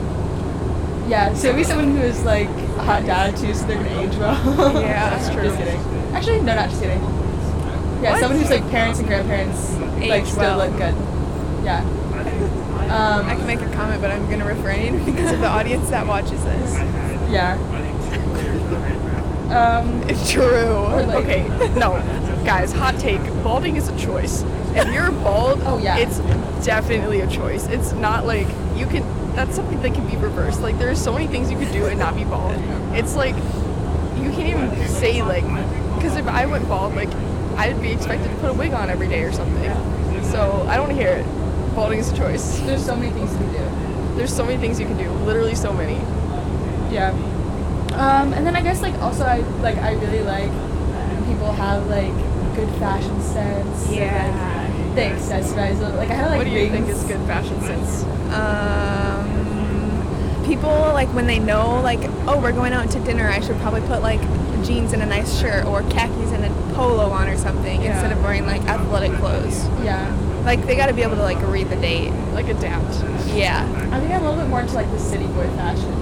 yeah. So be someone who is like a hot dad too, so they're gonna age well.
Yeah,
that's true.
Just kidding. Actually, no, not just kidding. Yeah,
What?
someone who's like parents and grandparents like
Age
still
well.
look good. Yeah. Um,
I can make a comment, but I'm going to refrain because of the audience that watches this.
Yeah. um,
True.
Or, like-
okay, no, guys, hot take: balding is a choice. If you're bald,
Oh, yeah.
it's definitely a choice. It's not like you can. That's something that can be reversed. Like there's so many things you could do and not be bald. It's like you can't even say like, because if I went bald, like I'd be expected to put a wig on every day or something. So I don't hear it. Balding is a choice.
there's so many things you can do.
There's so many things you can do. Literally so many.
Yeah. Um, and then I guess like also I like I really like when people have like good fashion sense. and, like,
Yeah.
they accessorize a little- like I had like
what do you think
rings.
is good fashion sense?
Um, people like when they know like, oh, we're going out to dinner. I should probably put like jeans and a nice shirt or khakis and a polo on or something
Yeah.
instead of wearing like athletic clothes.
Yeah.
Like they got to be able to like read the date.
Like adapt.
Yeah.
I think I'm a little bit more into like the city boy fashion.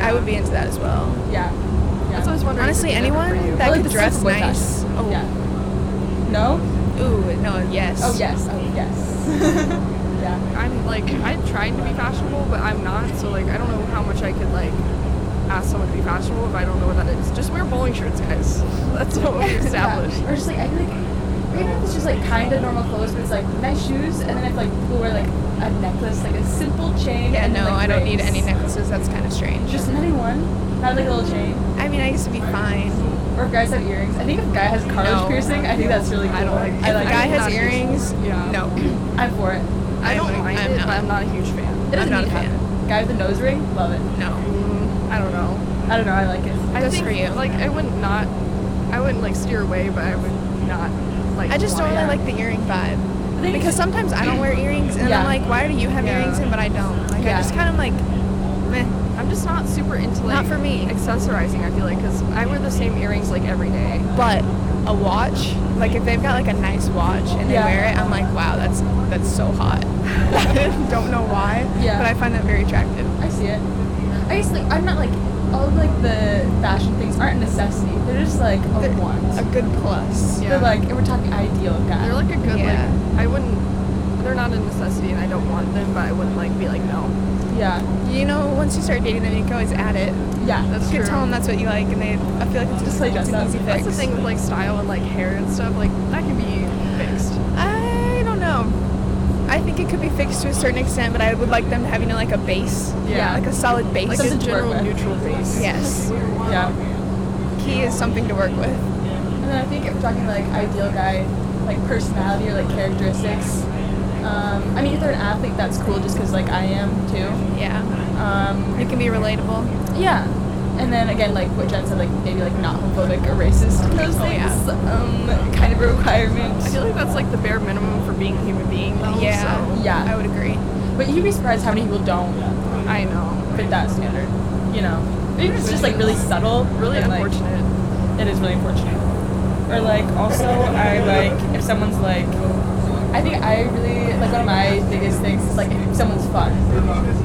I would be into that as well.
Yeah. Yeah.
That's what I was wondering.
Honestly,
if it'd be different for you.
anyone
I
that
like
could
the
dress
surfer boy
nice.
fashion.
Oh,
Yeah. No?
ooh, no, yes.
Oh yes. Oh yes. yeah.
I'm like I'm trying to be fashionable, but I'm not. So like I don't know how much I could like ask someone to be fashionable if I don't know what that is. Just wear bowling shirts, guys. That's what we established.
Yeah. Or just like I feel like or even if it's just like kind of normal clothes, but it's like nice shoes, and then if like people wear like a necklace, like a simple chain.
Yeah,
and then,
no,
like,
I don't need
rings.
any necklaces. That's kind of strange.
Just not any one. Not like a little chain.
I mean, I used to be fine.
Or if guys have earrings. I think if a guy has cartilage
No.
piercing, I think that's really cool.
I don't like-
I
if
The
like.
I'm
guy
it.
has
not-
earrings.
Yeah.
No,
I'm for it.
I don't
I'm-
mind
I'm
it,
not.
but I'm not a huge fan.
It doesn't
I'm not
need
a
to
fan.
happen. Guy with a nose ring, love it.
no.
Mm, I don't know.
I don't know. I like it.
I
Good
think,
for you.
Like I would not, I wouldn't like steer away, but I would not like.
I just don't
want
really
it.
like the earring vibe.
I think-
Because sometimes I don't wear earrings and
Yeah.
I'm like, why do you have
Yeah.
earrings in but I don't? Like
Yeah.
I just kind of like, meh.
I'm just not super into like.
Not for me.
Accessorizing, I feel like, because I wear the same earrings like every day.
But a watch, like if they've got like a nice watch and they
Yeah.
wear it, I'm like, wow, that's that's so hot. don't know why,
Yeah.
but I find that very attractive.
I see it. I guess like I'm not like all of like the fashion things aren't a necessity. They're just like a
They're
want.
A good plus.
Yeah.
They're like and we're talking ideal guy.
They're like a good
Yeah.
like. I wouldn't. They're not a necessity, and I don't want them, but I wouldn't like be like no.
yeah,
You know, once you start dating them, you can always add it.
yeah.
That's
you can
true.
tell them that's what you like, and they. I feel like it's
Just
just
like
like it's an
dress
easy
up.
fix.
That's the thing with like style and like hair and stuff. Like that can be fixed.
I don't know. I think it could be fixed to a certain extent, but I would like them having like a base.
Yeah.
Like a solid base.
Like a
Something to work
general
with.
neutral base.
yes.
yeah.
Key is something to work with.
And then I think if we're talking like ideal guy, like personality or like characteristics. Um, I mean, if they're an athlete, that's cool. Just because like I am too.
Yeah.
Um,
It can be relatable.
yeah. And then again, like what Jen said, like maybe like not homophobic or racist. Those
Oh,
things,
yeah.
um, kind of a requirement.
I feel like that's like the bare minimum for being a human being. Though,
Yeah.
So
Yeah.
I would agree.
But you'd be surprised how many people don't
I know.
fit that standard. You know, maybe it's just like really subtle.
Really
and, like,
unfortunate.
it is really unfortunate. Or like also, I like if someone's like. I think I really like one of my biggest things is like if someone's fun,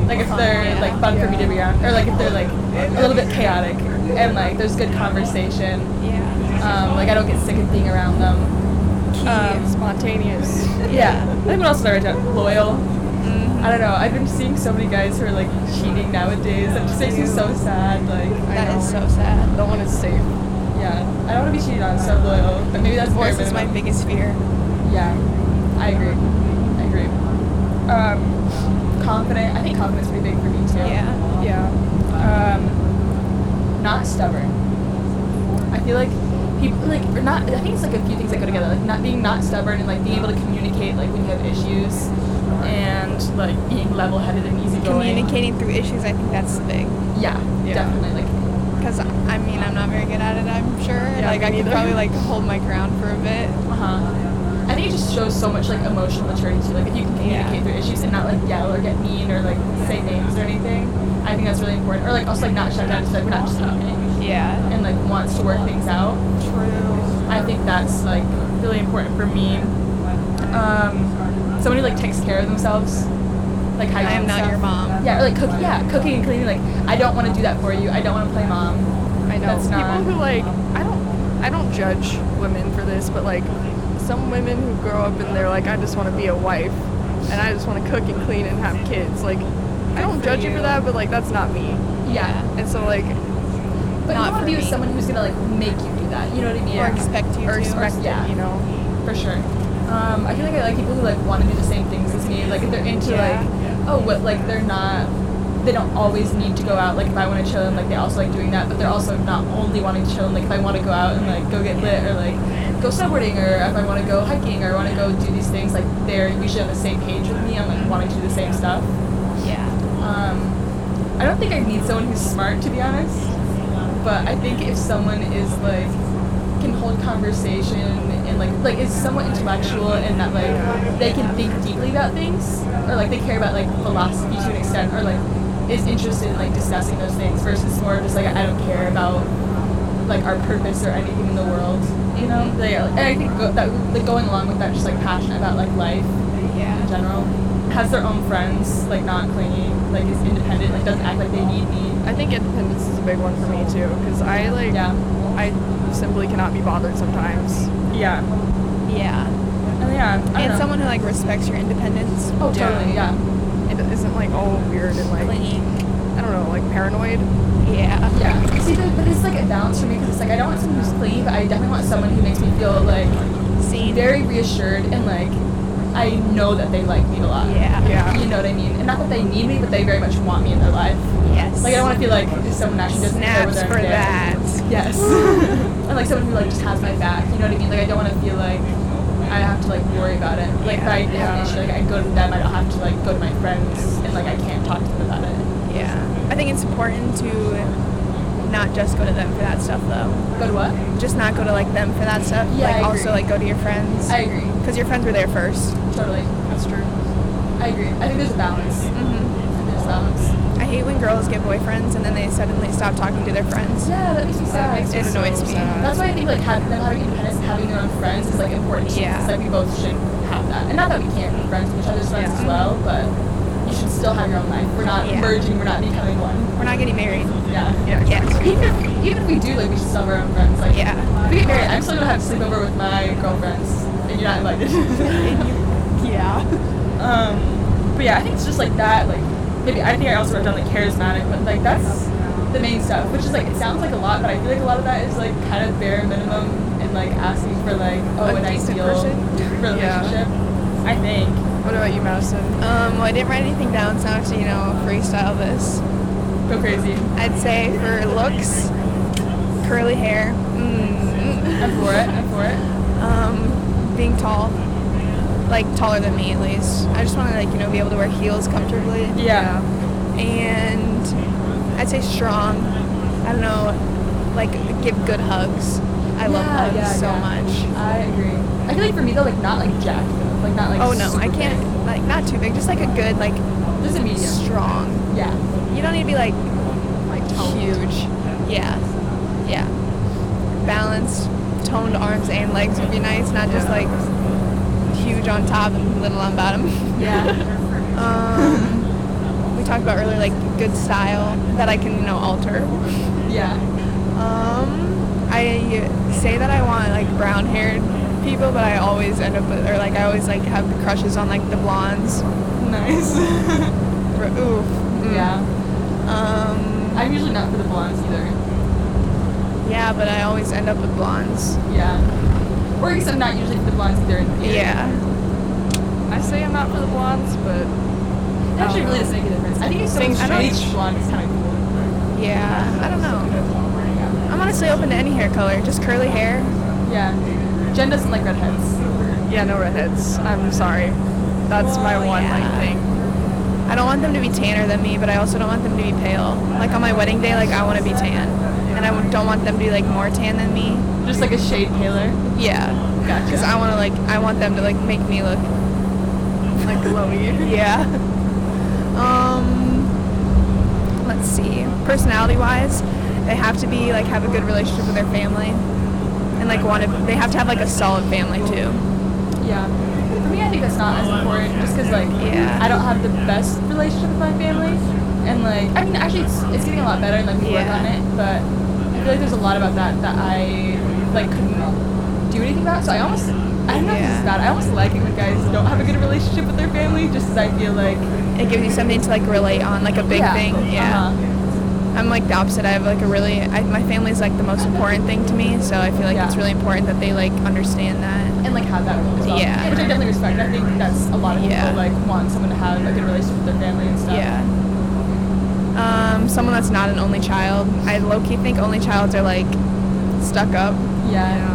like if they're like fun for me to be around, or like if they're like a little bit chaotic and like there's good conversation.
Yeah.
Um, like I don't get sick of being around them.
Key.
Um,
Spontaneous.
Yeah. I think what else did I write down? Loyal.
Mm-hmm.
I don't know. I've been seeing so many guys who are like cheating nowadays. It just makes me so sad. Like,
that is so sad.
No one is safe.
yeah, I don't want to be cheated on. So loyal, but maybe that's
Divorce
bare
is my
minimum.
biggest fear.
Yeah, I agree. I agree. Um, confident. I think confidence is pretty big for me too.
Yeah.
Yeah.
Um, not stubborn. I feel like people like or not. I think it's like a few things that go together. Like not being not stubborn and like being able to communicate like when you have issues, and like being level-headed and easygoing.
Communicating through issues, I think that's the big.
Yeah,
Yeah.
definitely. Like
Because I mean, I'm not very good at it. I'm sure.
Yeah,
like
me
I could
neither.
probably like hold my ground for a bit.
Uh-huh. I think it just shows so much like emotional maturity too. Like if you can communicate
Yeah.
through issues and not like yell or get mean or like say names or anything, I think that's really important. Or like also like not shut down, just like we're not just talking
Yeah.
and like wants to work things out.
True.
I think that's like really important for me. Um, someone who like takes care of themselves, like hygiene
I am not
stuff.
your mom.
Yeah, or like cook, yeah, cooking and cleaning. Like I don't want to do that for you. I don't want to play mom.
I know.
That's not-
People who like I don't I don't judge women for this, but like some women who grow up and they're like, I just want to be a wife and I just want to cook and clean and have kids. Like I don't
for
judge you.
you.
for that, but like that's not me.
Yeah.
And so like
But
Not
you want
for
to be with
me.
someone who's gonna like make you do that. You know what I mean?
Or expect you
or
to.
expect it,
Yeah.
you know.
for sure. Um, I feel like I like people who like want to do the same things as me. Like if they're into
Yeah.
like oh what like they're not they don't always need to go out. Like if I want to chill and like they also like doing that, but they're also not only wanting to chill. And, like if I want to go out and like go get lit or like go snowboarding or if I want to go hiking or I want to go do these things, like they're usually on the same page with me. I'm like wanting to do the same stuff.
Yeah.
Um, I don't think I need someone who's smart, to be honest. But I think if someone is like can hold conversation and like like is somewhat intellectual and that like they can think deeply about things or like they care about like philosophy to an extent or like is interested in like discussing those things versus more just like I don't care about like our purpose or anything in the world, you know? They are, and I think go, that like going along with that, just like passionate about like life in
Yeah.
general has their own friends like not clingy like is independent like doesn't act like they need me
I think independence is a big one for me too, because I like
Yeah.
I simply cannot be bothered sometimes.
yeah
Yeah.
and yeah I don't
And
know.
someone who like respects your independence.
oh totally yeah
It isn't like all weird and like
Clingy.
I don't know, like paranoid.
Yeah.
yeah see but, but it's like a balance for me because it's like I don't want someone who's clingy but I definitely want someone who makes me feel like
Seen.
very reassured and like I know that they like me a lot
Yeah.
Yeah.
you know what I mean and not that they need me but they very much want me in their life
Yes.
like I don't want to feel like someone actually doesn't care whether
snaps
I'm
for
there.
that.
Yes. and like someone who like just has my back, you know what I mean? Like I don't want to feel like I have to like worry about it. Like if I have an issue, like I go to them, I don't have to like go to my friends and like I can't talk to them about it.
Yeah. I think it's important to not just go to them for that stuff though.
Go to what?
Just not go to like them for that stuff.
Yeah,
like
I
also
agree.
like go to your friends.
I agree.
Because your friends were there first.
Totally.
That's true.
I agree. I think there's a balance.
Mm-hmm.
There's balance.
I hate when girls get boyfriends and then they suddenly stop talking to their friends.
Yeah, that makes me sad.
makes
It
so
annoys me.
sad.
That's why I think like having them having independence, and having their own friends is like important. to me.
Yeah.
It's like we both should have that, and not that we can't be friends with each other's friends as well, but you should still have your own life. We're not
Yeah.
merging. We're not becoming one.
We're not getting married.
Yeah.
Yeah.
Yes.
Even if, even if we do, like we should still have our own friends. Like
Yeah.
if we get married, I'm still gonna have sleepover with my girlfriends, and you're not invited.
Yeah.
Um, but yeah, I think it's just like that. Like maybe I think I also wrote down like charismatic, but like that's the main stuff, which is like it sounds like a lot, but I feel like a lot of that is like kind of bare minimum and like asking for like oh
A
an
decent
ideal
person?
relationship. I think.
What about you, Madison?
Um, well, I didn't write anything down, so I have to, you know, freestyle this.
Go crazy.
I'd say for looks, curly hair, mm,
I'm for it. I'm for it.
um, being tall, like taller than me at least. I just want to, like, you know, be able to wear heels comfortably.
Yeah.
And I'd say strong. I don't know, like, give good hugs. I love
Yeah,
hugs
yeah,
so
yeah.
much.
I agree. I feel like for me though, like not like jacked, though. like not like.
Oh no,
super
I can't, like, not too big, just like a good, like,
big. Just a medium.
strong.
Yeah.
You don't need to be like like huge. Yeah. Yeah. Balanced, toned arms and legs would be nice, not just like huge on top and little on bottom.
Yeah.
Um, we talked about earlier like good style that I can, you know, alter.
yeah.
Um, I say that I want like brown haired people, but I always end up with, or like I always like have crushes on like the blondes.
Nice.
Mm. R- Oof. Mm.
yeah.
Um,
I'm usually not for the blondes either.
yeah, but I always end up with blondes.
Yeah. Or except not usually for the blondes either.
Yeah.
I say I'm not for the blondes, but
It actually really doesn't make a difference. I think if
Things
someone's straight
change.
each blonde is kind of cool.
Yeah. I don't know. I'm honestly open to any hair color, just curly hair.
Yeah. Jen doesn't like redheads.
yeah, no redheads. I'm sorry. That's my
Well,
one
yeah.
like thing.
I don't want them to be tanner than me, but I also don't want them to be pale. Like on my wedding day, like I want to be tan, and I don't want them to be like more tan than me.
Just like a shade paler.
Yeah.
Gotcha.
Because I want to like I want them to like make me look
Like glowy.
yeah. Um, let's see. Personality wise, they have to be like have a good relationship with their family, and like want to. They have to have like a solid family too.
Yeah. For me, I think that's not as important just because, like,
Yeah.
I don't have the best relationship with my family. And, like, I mean, actually, it's, it's getting a lot better and, like, we work
Yeah.
on it. But I feel like there's a lot about that that I, like, couldn't do anything about. So I almost, I don't know if this
Yeah.
is bad. I almost like it when guys don't have a good relationship with their family just as I feel like.
It gives you something to like relate on, like a big thing. Yeah.
Uh-huh.
I'm like the opposite. I have like a really I, my family's like the most important thing to me, so I feel like
Yeah.
it's really important that they like understand that.
And, like, have that role as well.
Yeah.
Which I definitely respect. I think that's a lot of people,
Yeah.
like, want someone to have a good relationship with their family and stuff.
Yeah. Um, someone that's not an only child. I low key think only childs are like stuck up.
Yeah.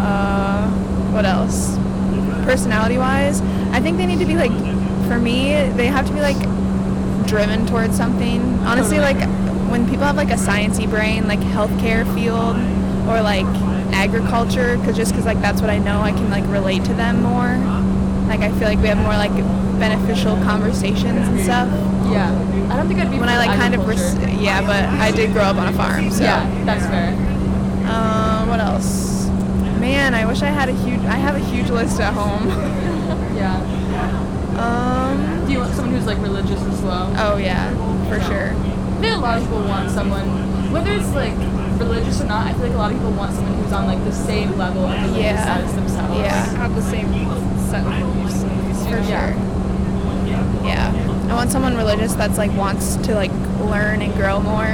Uh, what else? Personality wise, I think they need to be like, for me, they have to be like driven towards something. Honestly, like
Totally.
when people have like a sciencey brain, like healthcare field or like agriculture, cause just cause like that's what I know, I can like relate to them more. Like I feel like we have more like beneficial conversations and stuff
Yeah. I don't think I'd be
when
for
I like kind of res-
agriculture.
yeah, but I did grow up on a farm, so.
Yeah, that's fair.
Um, what else? Man, I wish I had a huge. I have a huge list at home.
Yeah.
Um.
Do you want someone who's like religious as well?
Oh yeah, for sure.
I think a lot of people want someone, whether it's like religious or not. I feel like a lot of people want someone who's on like the same level of religious
Yeah.
as themselves.
I
Yeah.
have the same set of beliefs.
For
Yeah.
sure. Yeah. I want someone religious that's like wants to like learn and grow more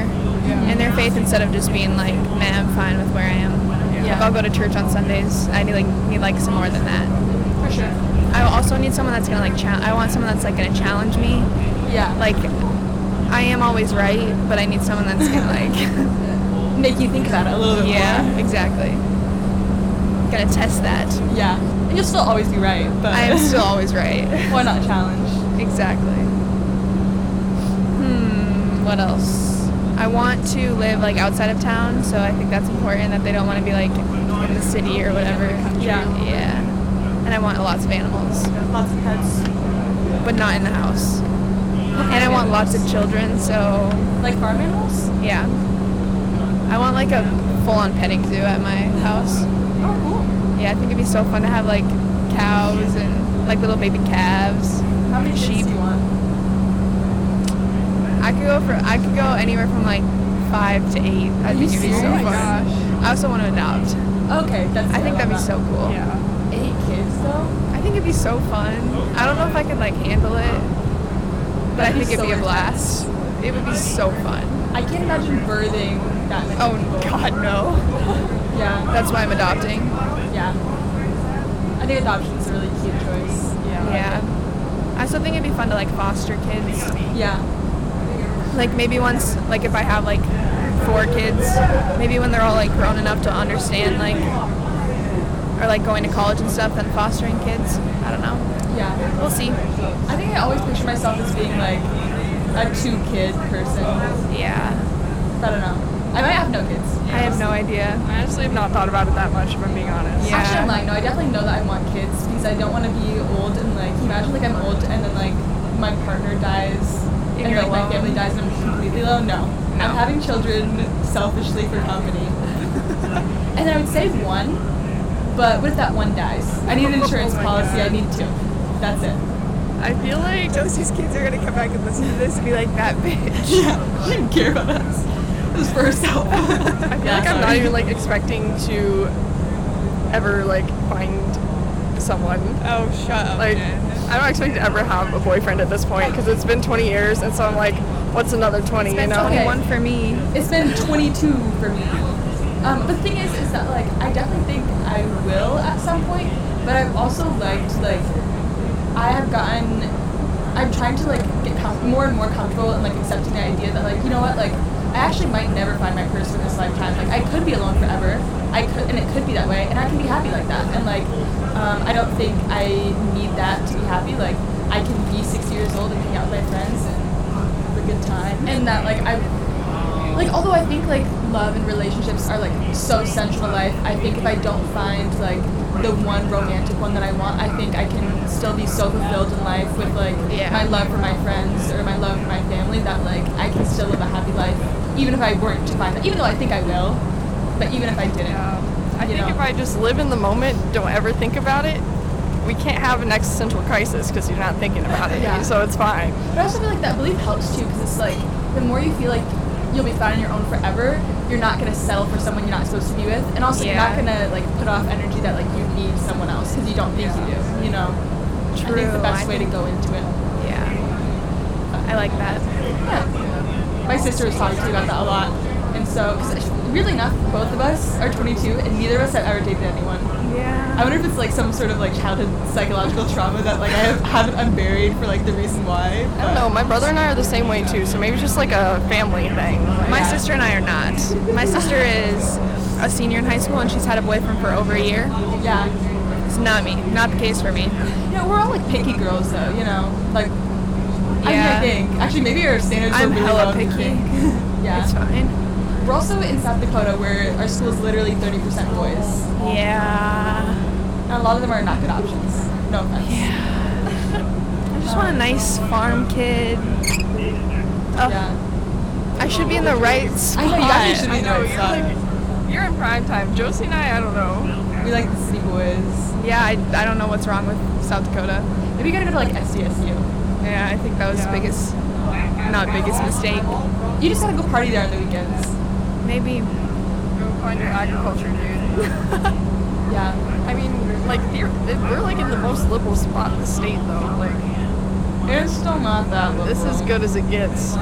in their faith instead of just being like, nah, I'm fine with where I am.
Yeah.
Like I'll go to church on Sundays. I need like need like some more than that.
For sure.
I also need someone that's gonna like challenge. I want someone that's like gonna challenge me.
Yeah.
Like, I am always right, but I need someone that's gonna like.
Like make you think about it a little bit
Yeah, exactly. Gotta test that.
more. Yeah. And you'll still always be right, but
I am still always right.
why not challenge?
Exactly. Hmm, what else? I I want to live like outside of town, so I think that's important that they don't want to be like in the city or whatever.
Yeah.
Yeah. And I want lots of animals,
Lots of pets.
but not in the house. And I want lots of children, so
Like farm animals?
yeah. I want like a full-on petting zoo at my house.
Oh,
Yeah, I think it'd be so fun to have like cows and like little baby calves.
cool. How many sheep
Sheep.
do you want?
I could go for I could go anywhere from like five to eight. I think it'd be so
serious?
fun.
Oh my gosh.
I also want to adopt.
Okay, that's.
I think that'd be
love
so cool.
that. Eight kids though.
I think it'd be so fun. I don't know if I could like handle it, but I
That'd be
think it'd
so
be a blast. It would be so fun.
I can't imagine birthing that many.
Oh
people.
God, no.
Yeah,
That's why I'm adopting.
yeah. I think adoption's a really cute choice. Yeah.
Yeah. I still think it'd be fun to like foster kids.
Yeah. Yeah.
Like maybe once, like if I have like four kids, maybe when they're all like grown enough to understand like, or like going to college and stuff, then fostering kids. I don't know.
yeah.
We'll see.
I think I always picture myself as being like a two kid person. I
Yeah.
don't know. I might have no kids.
I have no idea.
I honestly have not thought about it that much, if I'm being honest.
Yeah.
Actually, I'm like, no, I definitely know that I want kids because I don't want to be old and like, can you imagine like I'm old and then like my partner dies
And
and,
you're
like my
alone.
family dies and I'm completely alone? No. I'm having children selfishly for company. and I would save one, but what if that one dies? I need an
Oh
insurance policy, I need two. That's it.
I feel like
Josie's kids are gonna come back and listen to this and be like that bitch.
Yeah, she didn't care about us. It was for herself.
I feel like I'm not even like expecting to ever like find someone.
Oh, shut up.
Like,
Jen.
I don't expect to ever have a boyfriend at this point because it's been 20 years, and so I'm like, what's another 20? You know?
okay.
One for me.
It's been 22 for me. Um, the thing is, is that like I definitely think I will at some point, but I've also liked like I have gotten. I'm trying to like get com- more and more comfortable and like accepting the idea that like you know what like I actually might never find my person in this lifetime. Like I could be alone forever. I could and it could be that way, and I can be happy like that. And like um, I don't think I need that to be happy. Like I can be six years old and hang out with my friends and have a good time. And that like I like although I think like love and relationships are like so central to life, I think if I don't find like the one romantic one that I want, I think I can still be so fulfilled in life with like
Yeah.
my love for my friends or my love for my family that like I can still live a happy life even if I weren't to find that. Even though I think I will, but even if I didn't.
I
you
think
know.
if I just live in the moment, don't ever think about it, we can't have an existential crisis because you're not thinking about it.
Yeah.
So it's fine.
But I also feel like that belief helps too, because it's like the more you feel like you'll be found on your own forever, you're not gonna settle for someone you're not supposed to be with, and also
Yeah.
you're not gonna like put off energy that like you need someone else because you don't think you do. You know, I think the
True,
best
I
way to go into it.
Yeah. I like that.
Yeah. My sister was talking to me about that a lot, and so because really enough, both of us are 22, and neither of us have ever dated anyone. I
Yeah.
wonder if it's like some sort of like childhood psychological trauma that like I have, haven't unburied for like the reason why.
I don't know. My brother and I are the same way too, so maybe it's just like a family thing.
My sister and I are not. My sister is a senior in high school and she's had a boyfriend for over a year.
know. Yeah.
It's not me. Not the case for me.
Yeah, we're all like picky girls though, you know. Like,
Yeah.
I, mean, I think actually maybe our standards
I'm
are really
hella
low, you
picky.
think? Yeah,
It's fine.
we're also in South Dakota where our school is literally 30% boys,
Yeah.
and a lot of them are not good options. No offense.
I just want a nice farm kid. Oh,
Yeah.
I should be in the right
I
spot.
know you actually should be
I
in the
know,
right
you're
spot.
You're in prime time. Josie and I, I don't know.
We like the city boys.
Yeah, I, I don't know what's wrong with South Dakota.
Maybe you gotta go to like SDSU.
Yeah, I think that was the biggest, not biggest mistake.
You just gotta go party there on the weekends.
Maybe.
Go find your agriculture, dude.
Yeah.
I mean, like, the- we're like in the most liberal spot in the state, though. Like,
It's still not that local.
this is good as it gets.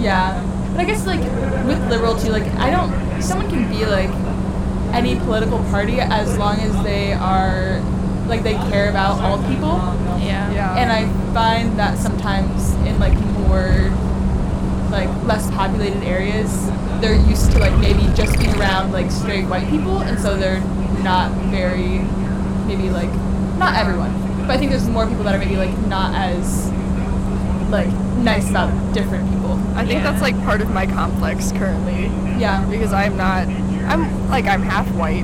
Yeah. But I guess like with liberal too, like I don't someone can be like any political party as long as they are like they care about all people.
Yeah.
Yeah.
And I find that sometimes in like more like less populated areas, they're used to like maybe just being around like straight white people and so they're not very maybe like not everyone. But I think there's more people that are maybe like not as like nice about different people.
I think
Yeah.
that's like part of my complex currently
Yeah.
because I'm not. I'm like I'm half white,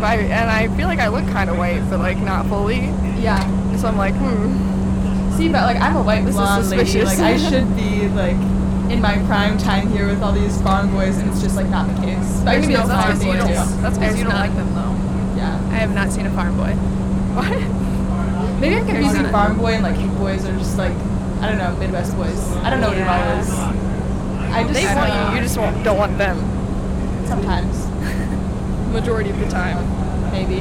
but I, and I feel like I look kind of white, but like not fully.
Yeah.
So I'm like, hmm.
See, but like I'm a white
This is
blonde lady.
suspicious.
Like I should be like in my prime time here with all these blonde boys, and it's just like not the case. But I
There's
can be
no-
a
that's
farm
because you
boy
don't-
too.
that's because
There's
you don't
none.
like them though.
Yeah.
I have not seen a farm boy.
Maybe I'm confusing
none.
farm boy and like hick boys are just like I don't know Midwest boys. I don't know what
Yeah.
it all is. I just
They
I
want
don't know.
you. You just won't, don't want them.
sometimes
Majority of the time.
maybe.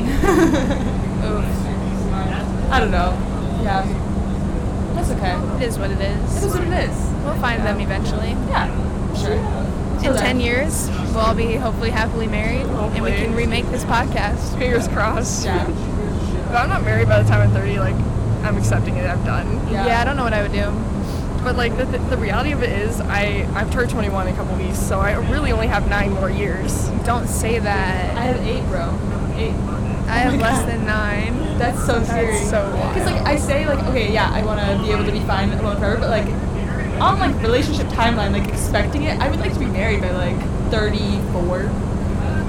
I don't know. Yeah. That's okay.
It is what it
It is
is.
what it is.
We'll find them eventually.
Yeah. Sure.
In
Okay.
10 years, we'll all be hopefully happily married and we
Hopefully.
can remake this podcast.
Fingers crossed.
Yeah.
If I'm not married by the time I'm 30, like I'm accepting it. I'm done.
Yeah.
Yeah, I don't know what I would do.
But like the, th- the reality of it is, I I've turned 21 in a couple weeks, so I really only have nine more years.
Don't say
I
that.
have eight, bro. Eight.
I have less than uh, nine.
That's so scary.
so wild.
Because like I say, like okay, yeah, I want to be able to be fine alone forever, but like on like relationship timeline, like expecting it, I would like to be married by like 34.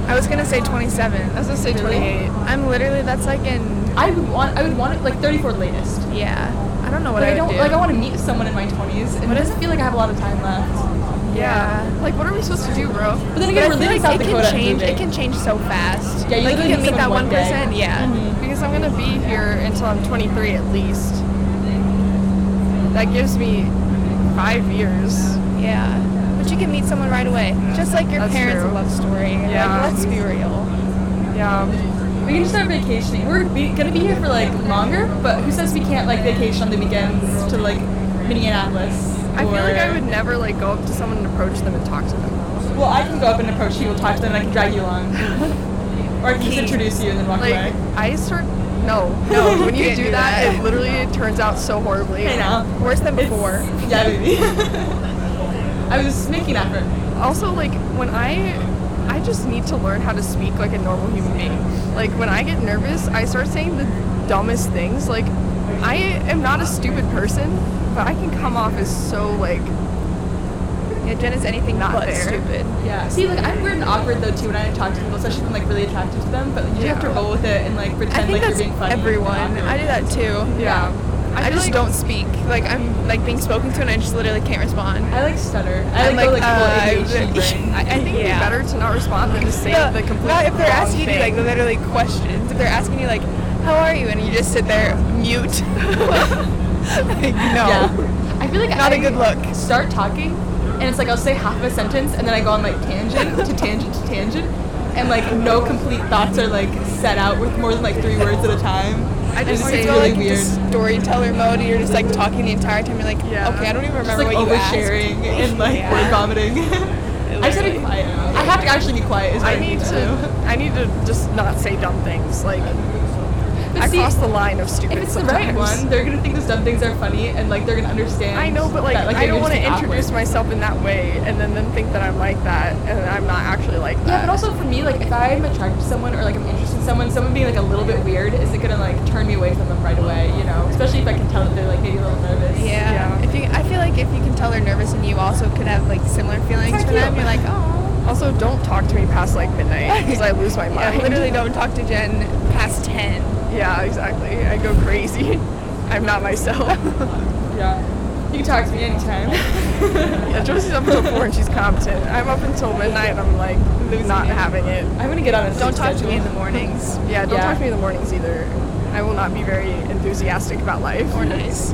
I was gonna say 27.
I was gonna say
Really?
28.
I'm literally that's like in
I would want, I would want it like 34 latest.
yeah. I don't know what
But
I
I
would
don't
do.
like I want to meet someone in my 20s, and it doesn't feel like I have a lot of time left.
Yeah.
Yeah.
Like, what are we supposed to do, bro?
But then
But
again,
I
we're
feel
leaving
like
South
it
Dakota.
can change.
moving.
It can change so fast.
Yeah, you
like
literally
you can
meet
meet that
someone
one
one day. Mm-hmm.
person. Yeah.
Because I'm gonna be here until I'm 23 at least. That gives me five years.
Yeah. But you can meet someone right away, just like your
That's
parents'
true.
love story.
Yeah.
Like, let's be real.
Yeah.
We can just start vacationing. We're be- gonna be here for like longer, but who says we can't like vacation on the weekends to like Minneapolis?
I feel like I
or-
would never like go up to someone and approach them and talk to them.
Well, I can go up and approach you, we'll talk to them, and I can drag you along. or I can just introduce you and then walk
Like,
away.
I start. No, no. When you do, that, it literally turns out so horribly.
I know.
Worse than
It's-
before.
Yeah, baby. I was making effort.
Also, like when I, I just need to learn how to speak like a normal human being. Like when I get nervous, I start saying the dumbest things. Like I am not a stupid person, but I can come off as so like
Yeah, Jenna's anything
Not
but
there.
stupid.
Yeah. See, like I'm weird and awkward though too when I talk to people, especially when I'm like really attracted to them. But you have to
Yeah.
roll with it and like
I
pretend
think
like you're
that's
being funny. and
everyone.
awkward.
I do that too.
yeah.
I,
feel
just
like-
don't speak. Like I'm like being spoken to, and I just literally can't respond.
I like stutter. I
I'm
like,
like,
go like full
uh,
ADHD brain.
I, I think
Yeah.
it'd be better to not respond than to say
No,
the complete.
not if they're
wrong
asking you
thing.
like literally questions. If they're asking you like, "How are you?" and you just sit there mute. like, no.
Yeah. I feel like
Not
a
a good look.
Start talking, and it's like I'll say half a sentence, and then I go on like tangent to tangent to tangent, and like no complete thoughts are like set out with more than like three words at a time.
I
And
just
it's
Or you
say
go
really
like into
weird.
storyteller mode. and You're just like talking the entire time. You're like,
Yeah.
okay, I don't even remember
just like
what you asked.
oversharing and like
Yeah.
word vomiting. I just have to be quiet. I have to actually be quiet. Is what
I need to. I need to just not say dumb things. Like
But
I
see,
cross the line of stupid.
if it's
sometimes.
the right one, they're gonna think those dumb things are funny, and like they're gonna understand.
I know, but like,
that,
I
you're
don't want to
just being awkward.
introduce myself in that way and then then think that I'm like that and I'm not actually like that.
Yeah, but also for me, like if I'm attracted to someone or like I'm interested in someone, someone being like a little bit weird isn't gonna like turn me away from them right away, you know? Especially if I can tell that they're like maybe a little nervous.
Yeah.
Yeah.
If you, I feel like if you can tell they're nervous, and you also could have like similar feelings
It's
for
kinda
them,
cute.
you're like, oh.
also don't talk to me past like midnight because I lose my
Yeah,
mind.
literally don't talk to Jen past ten.
Yeah, exactly. I go crazy. I'm not myself.
Yeah. You can talk to me anytime.
yeah, Josie's up until four and she's competent. I'm up until midnight and I'm like not
it.
having it.
I'm gonna get on a sleep
Don't talk to me in the
schedule.
mornings.
Yeah, don't
Yeah.
talk to me in the mornings either. I will not be very enthusiastic about life.
Or nice.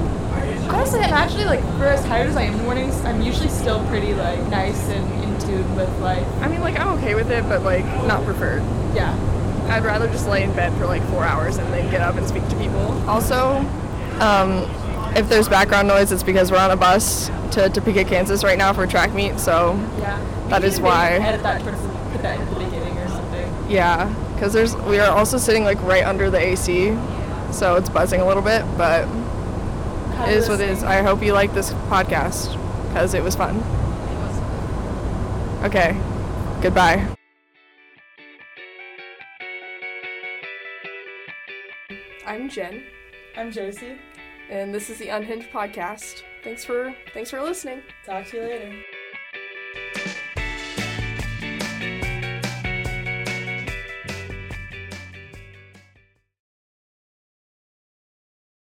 Honestly, I'm actually like for as tired as I am in the mornings, I'm usually still pretty like nice and in tune with life.
I mean, like I'm okay with it, but like not preferred.
Yeah.
I'd rather just lay in bed for like four hours and then get up and speak to people. Also, um, if there's background noise, it's because we're on a bus to Topeka, Kansas right now for track meet. So,
Yeah.
That
You
is
can maybe
why.
Edit that towards put that at the beginning or something.
yeah, because there's we are also sitting like right under the AC, so it's buzzing a little bit, but it is what it is. I hope you like this podcast because it was fun. Okay, goodbye. I'm Jen,
I'm Josie.
and this is the Unhinged Podcast.
thanks for thanks for listening.
Talk to you later.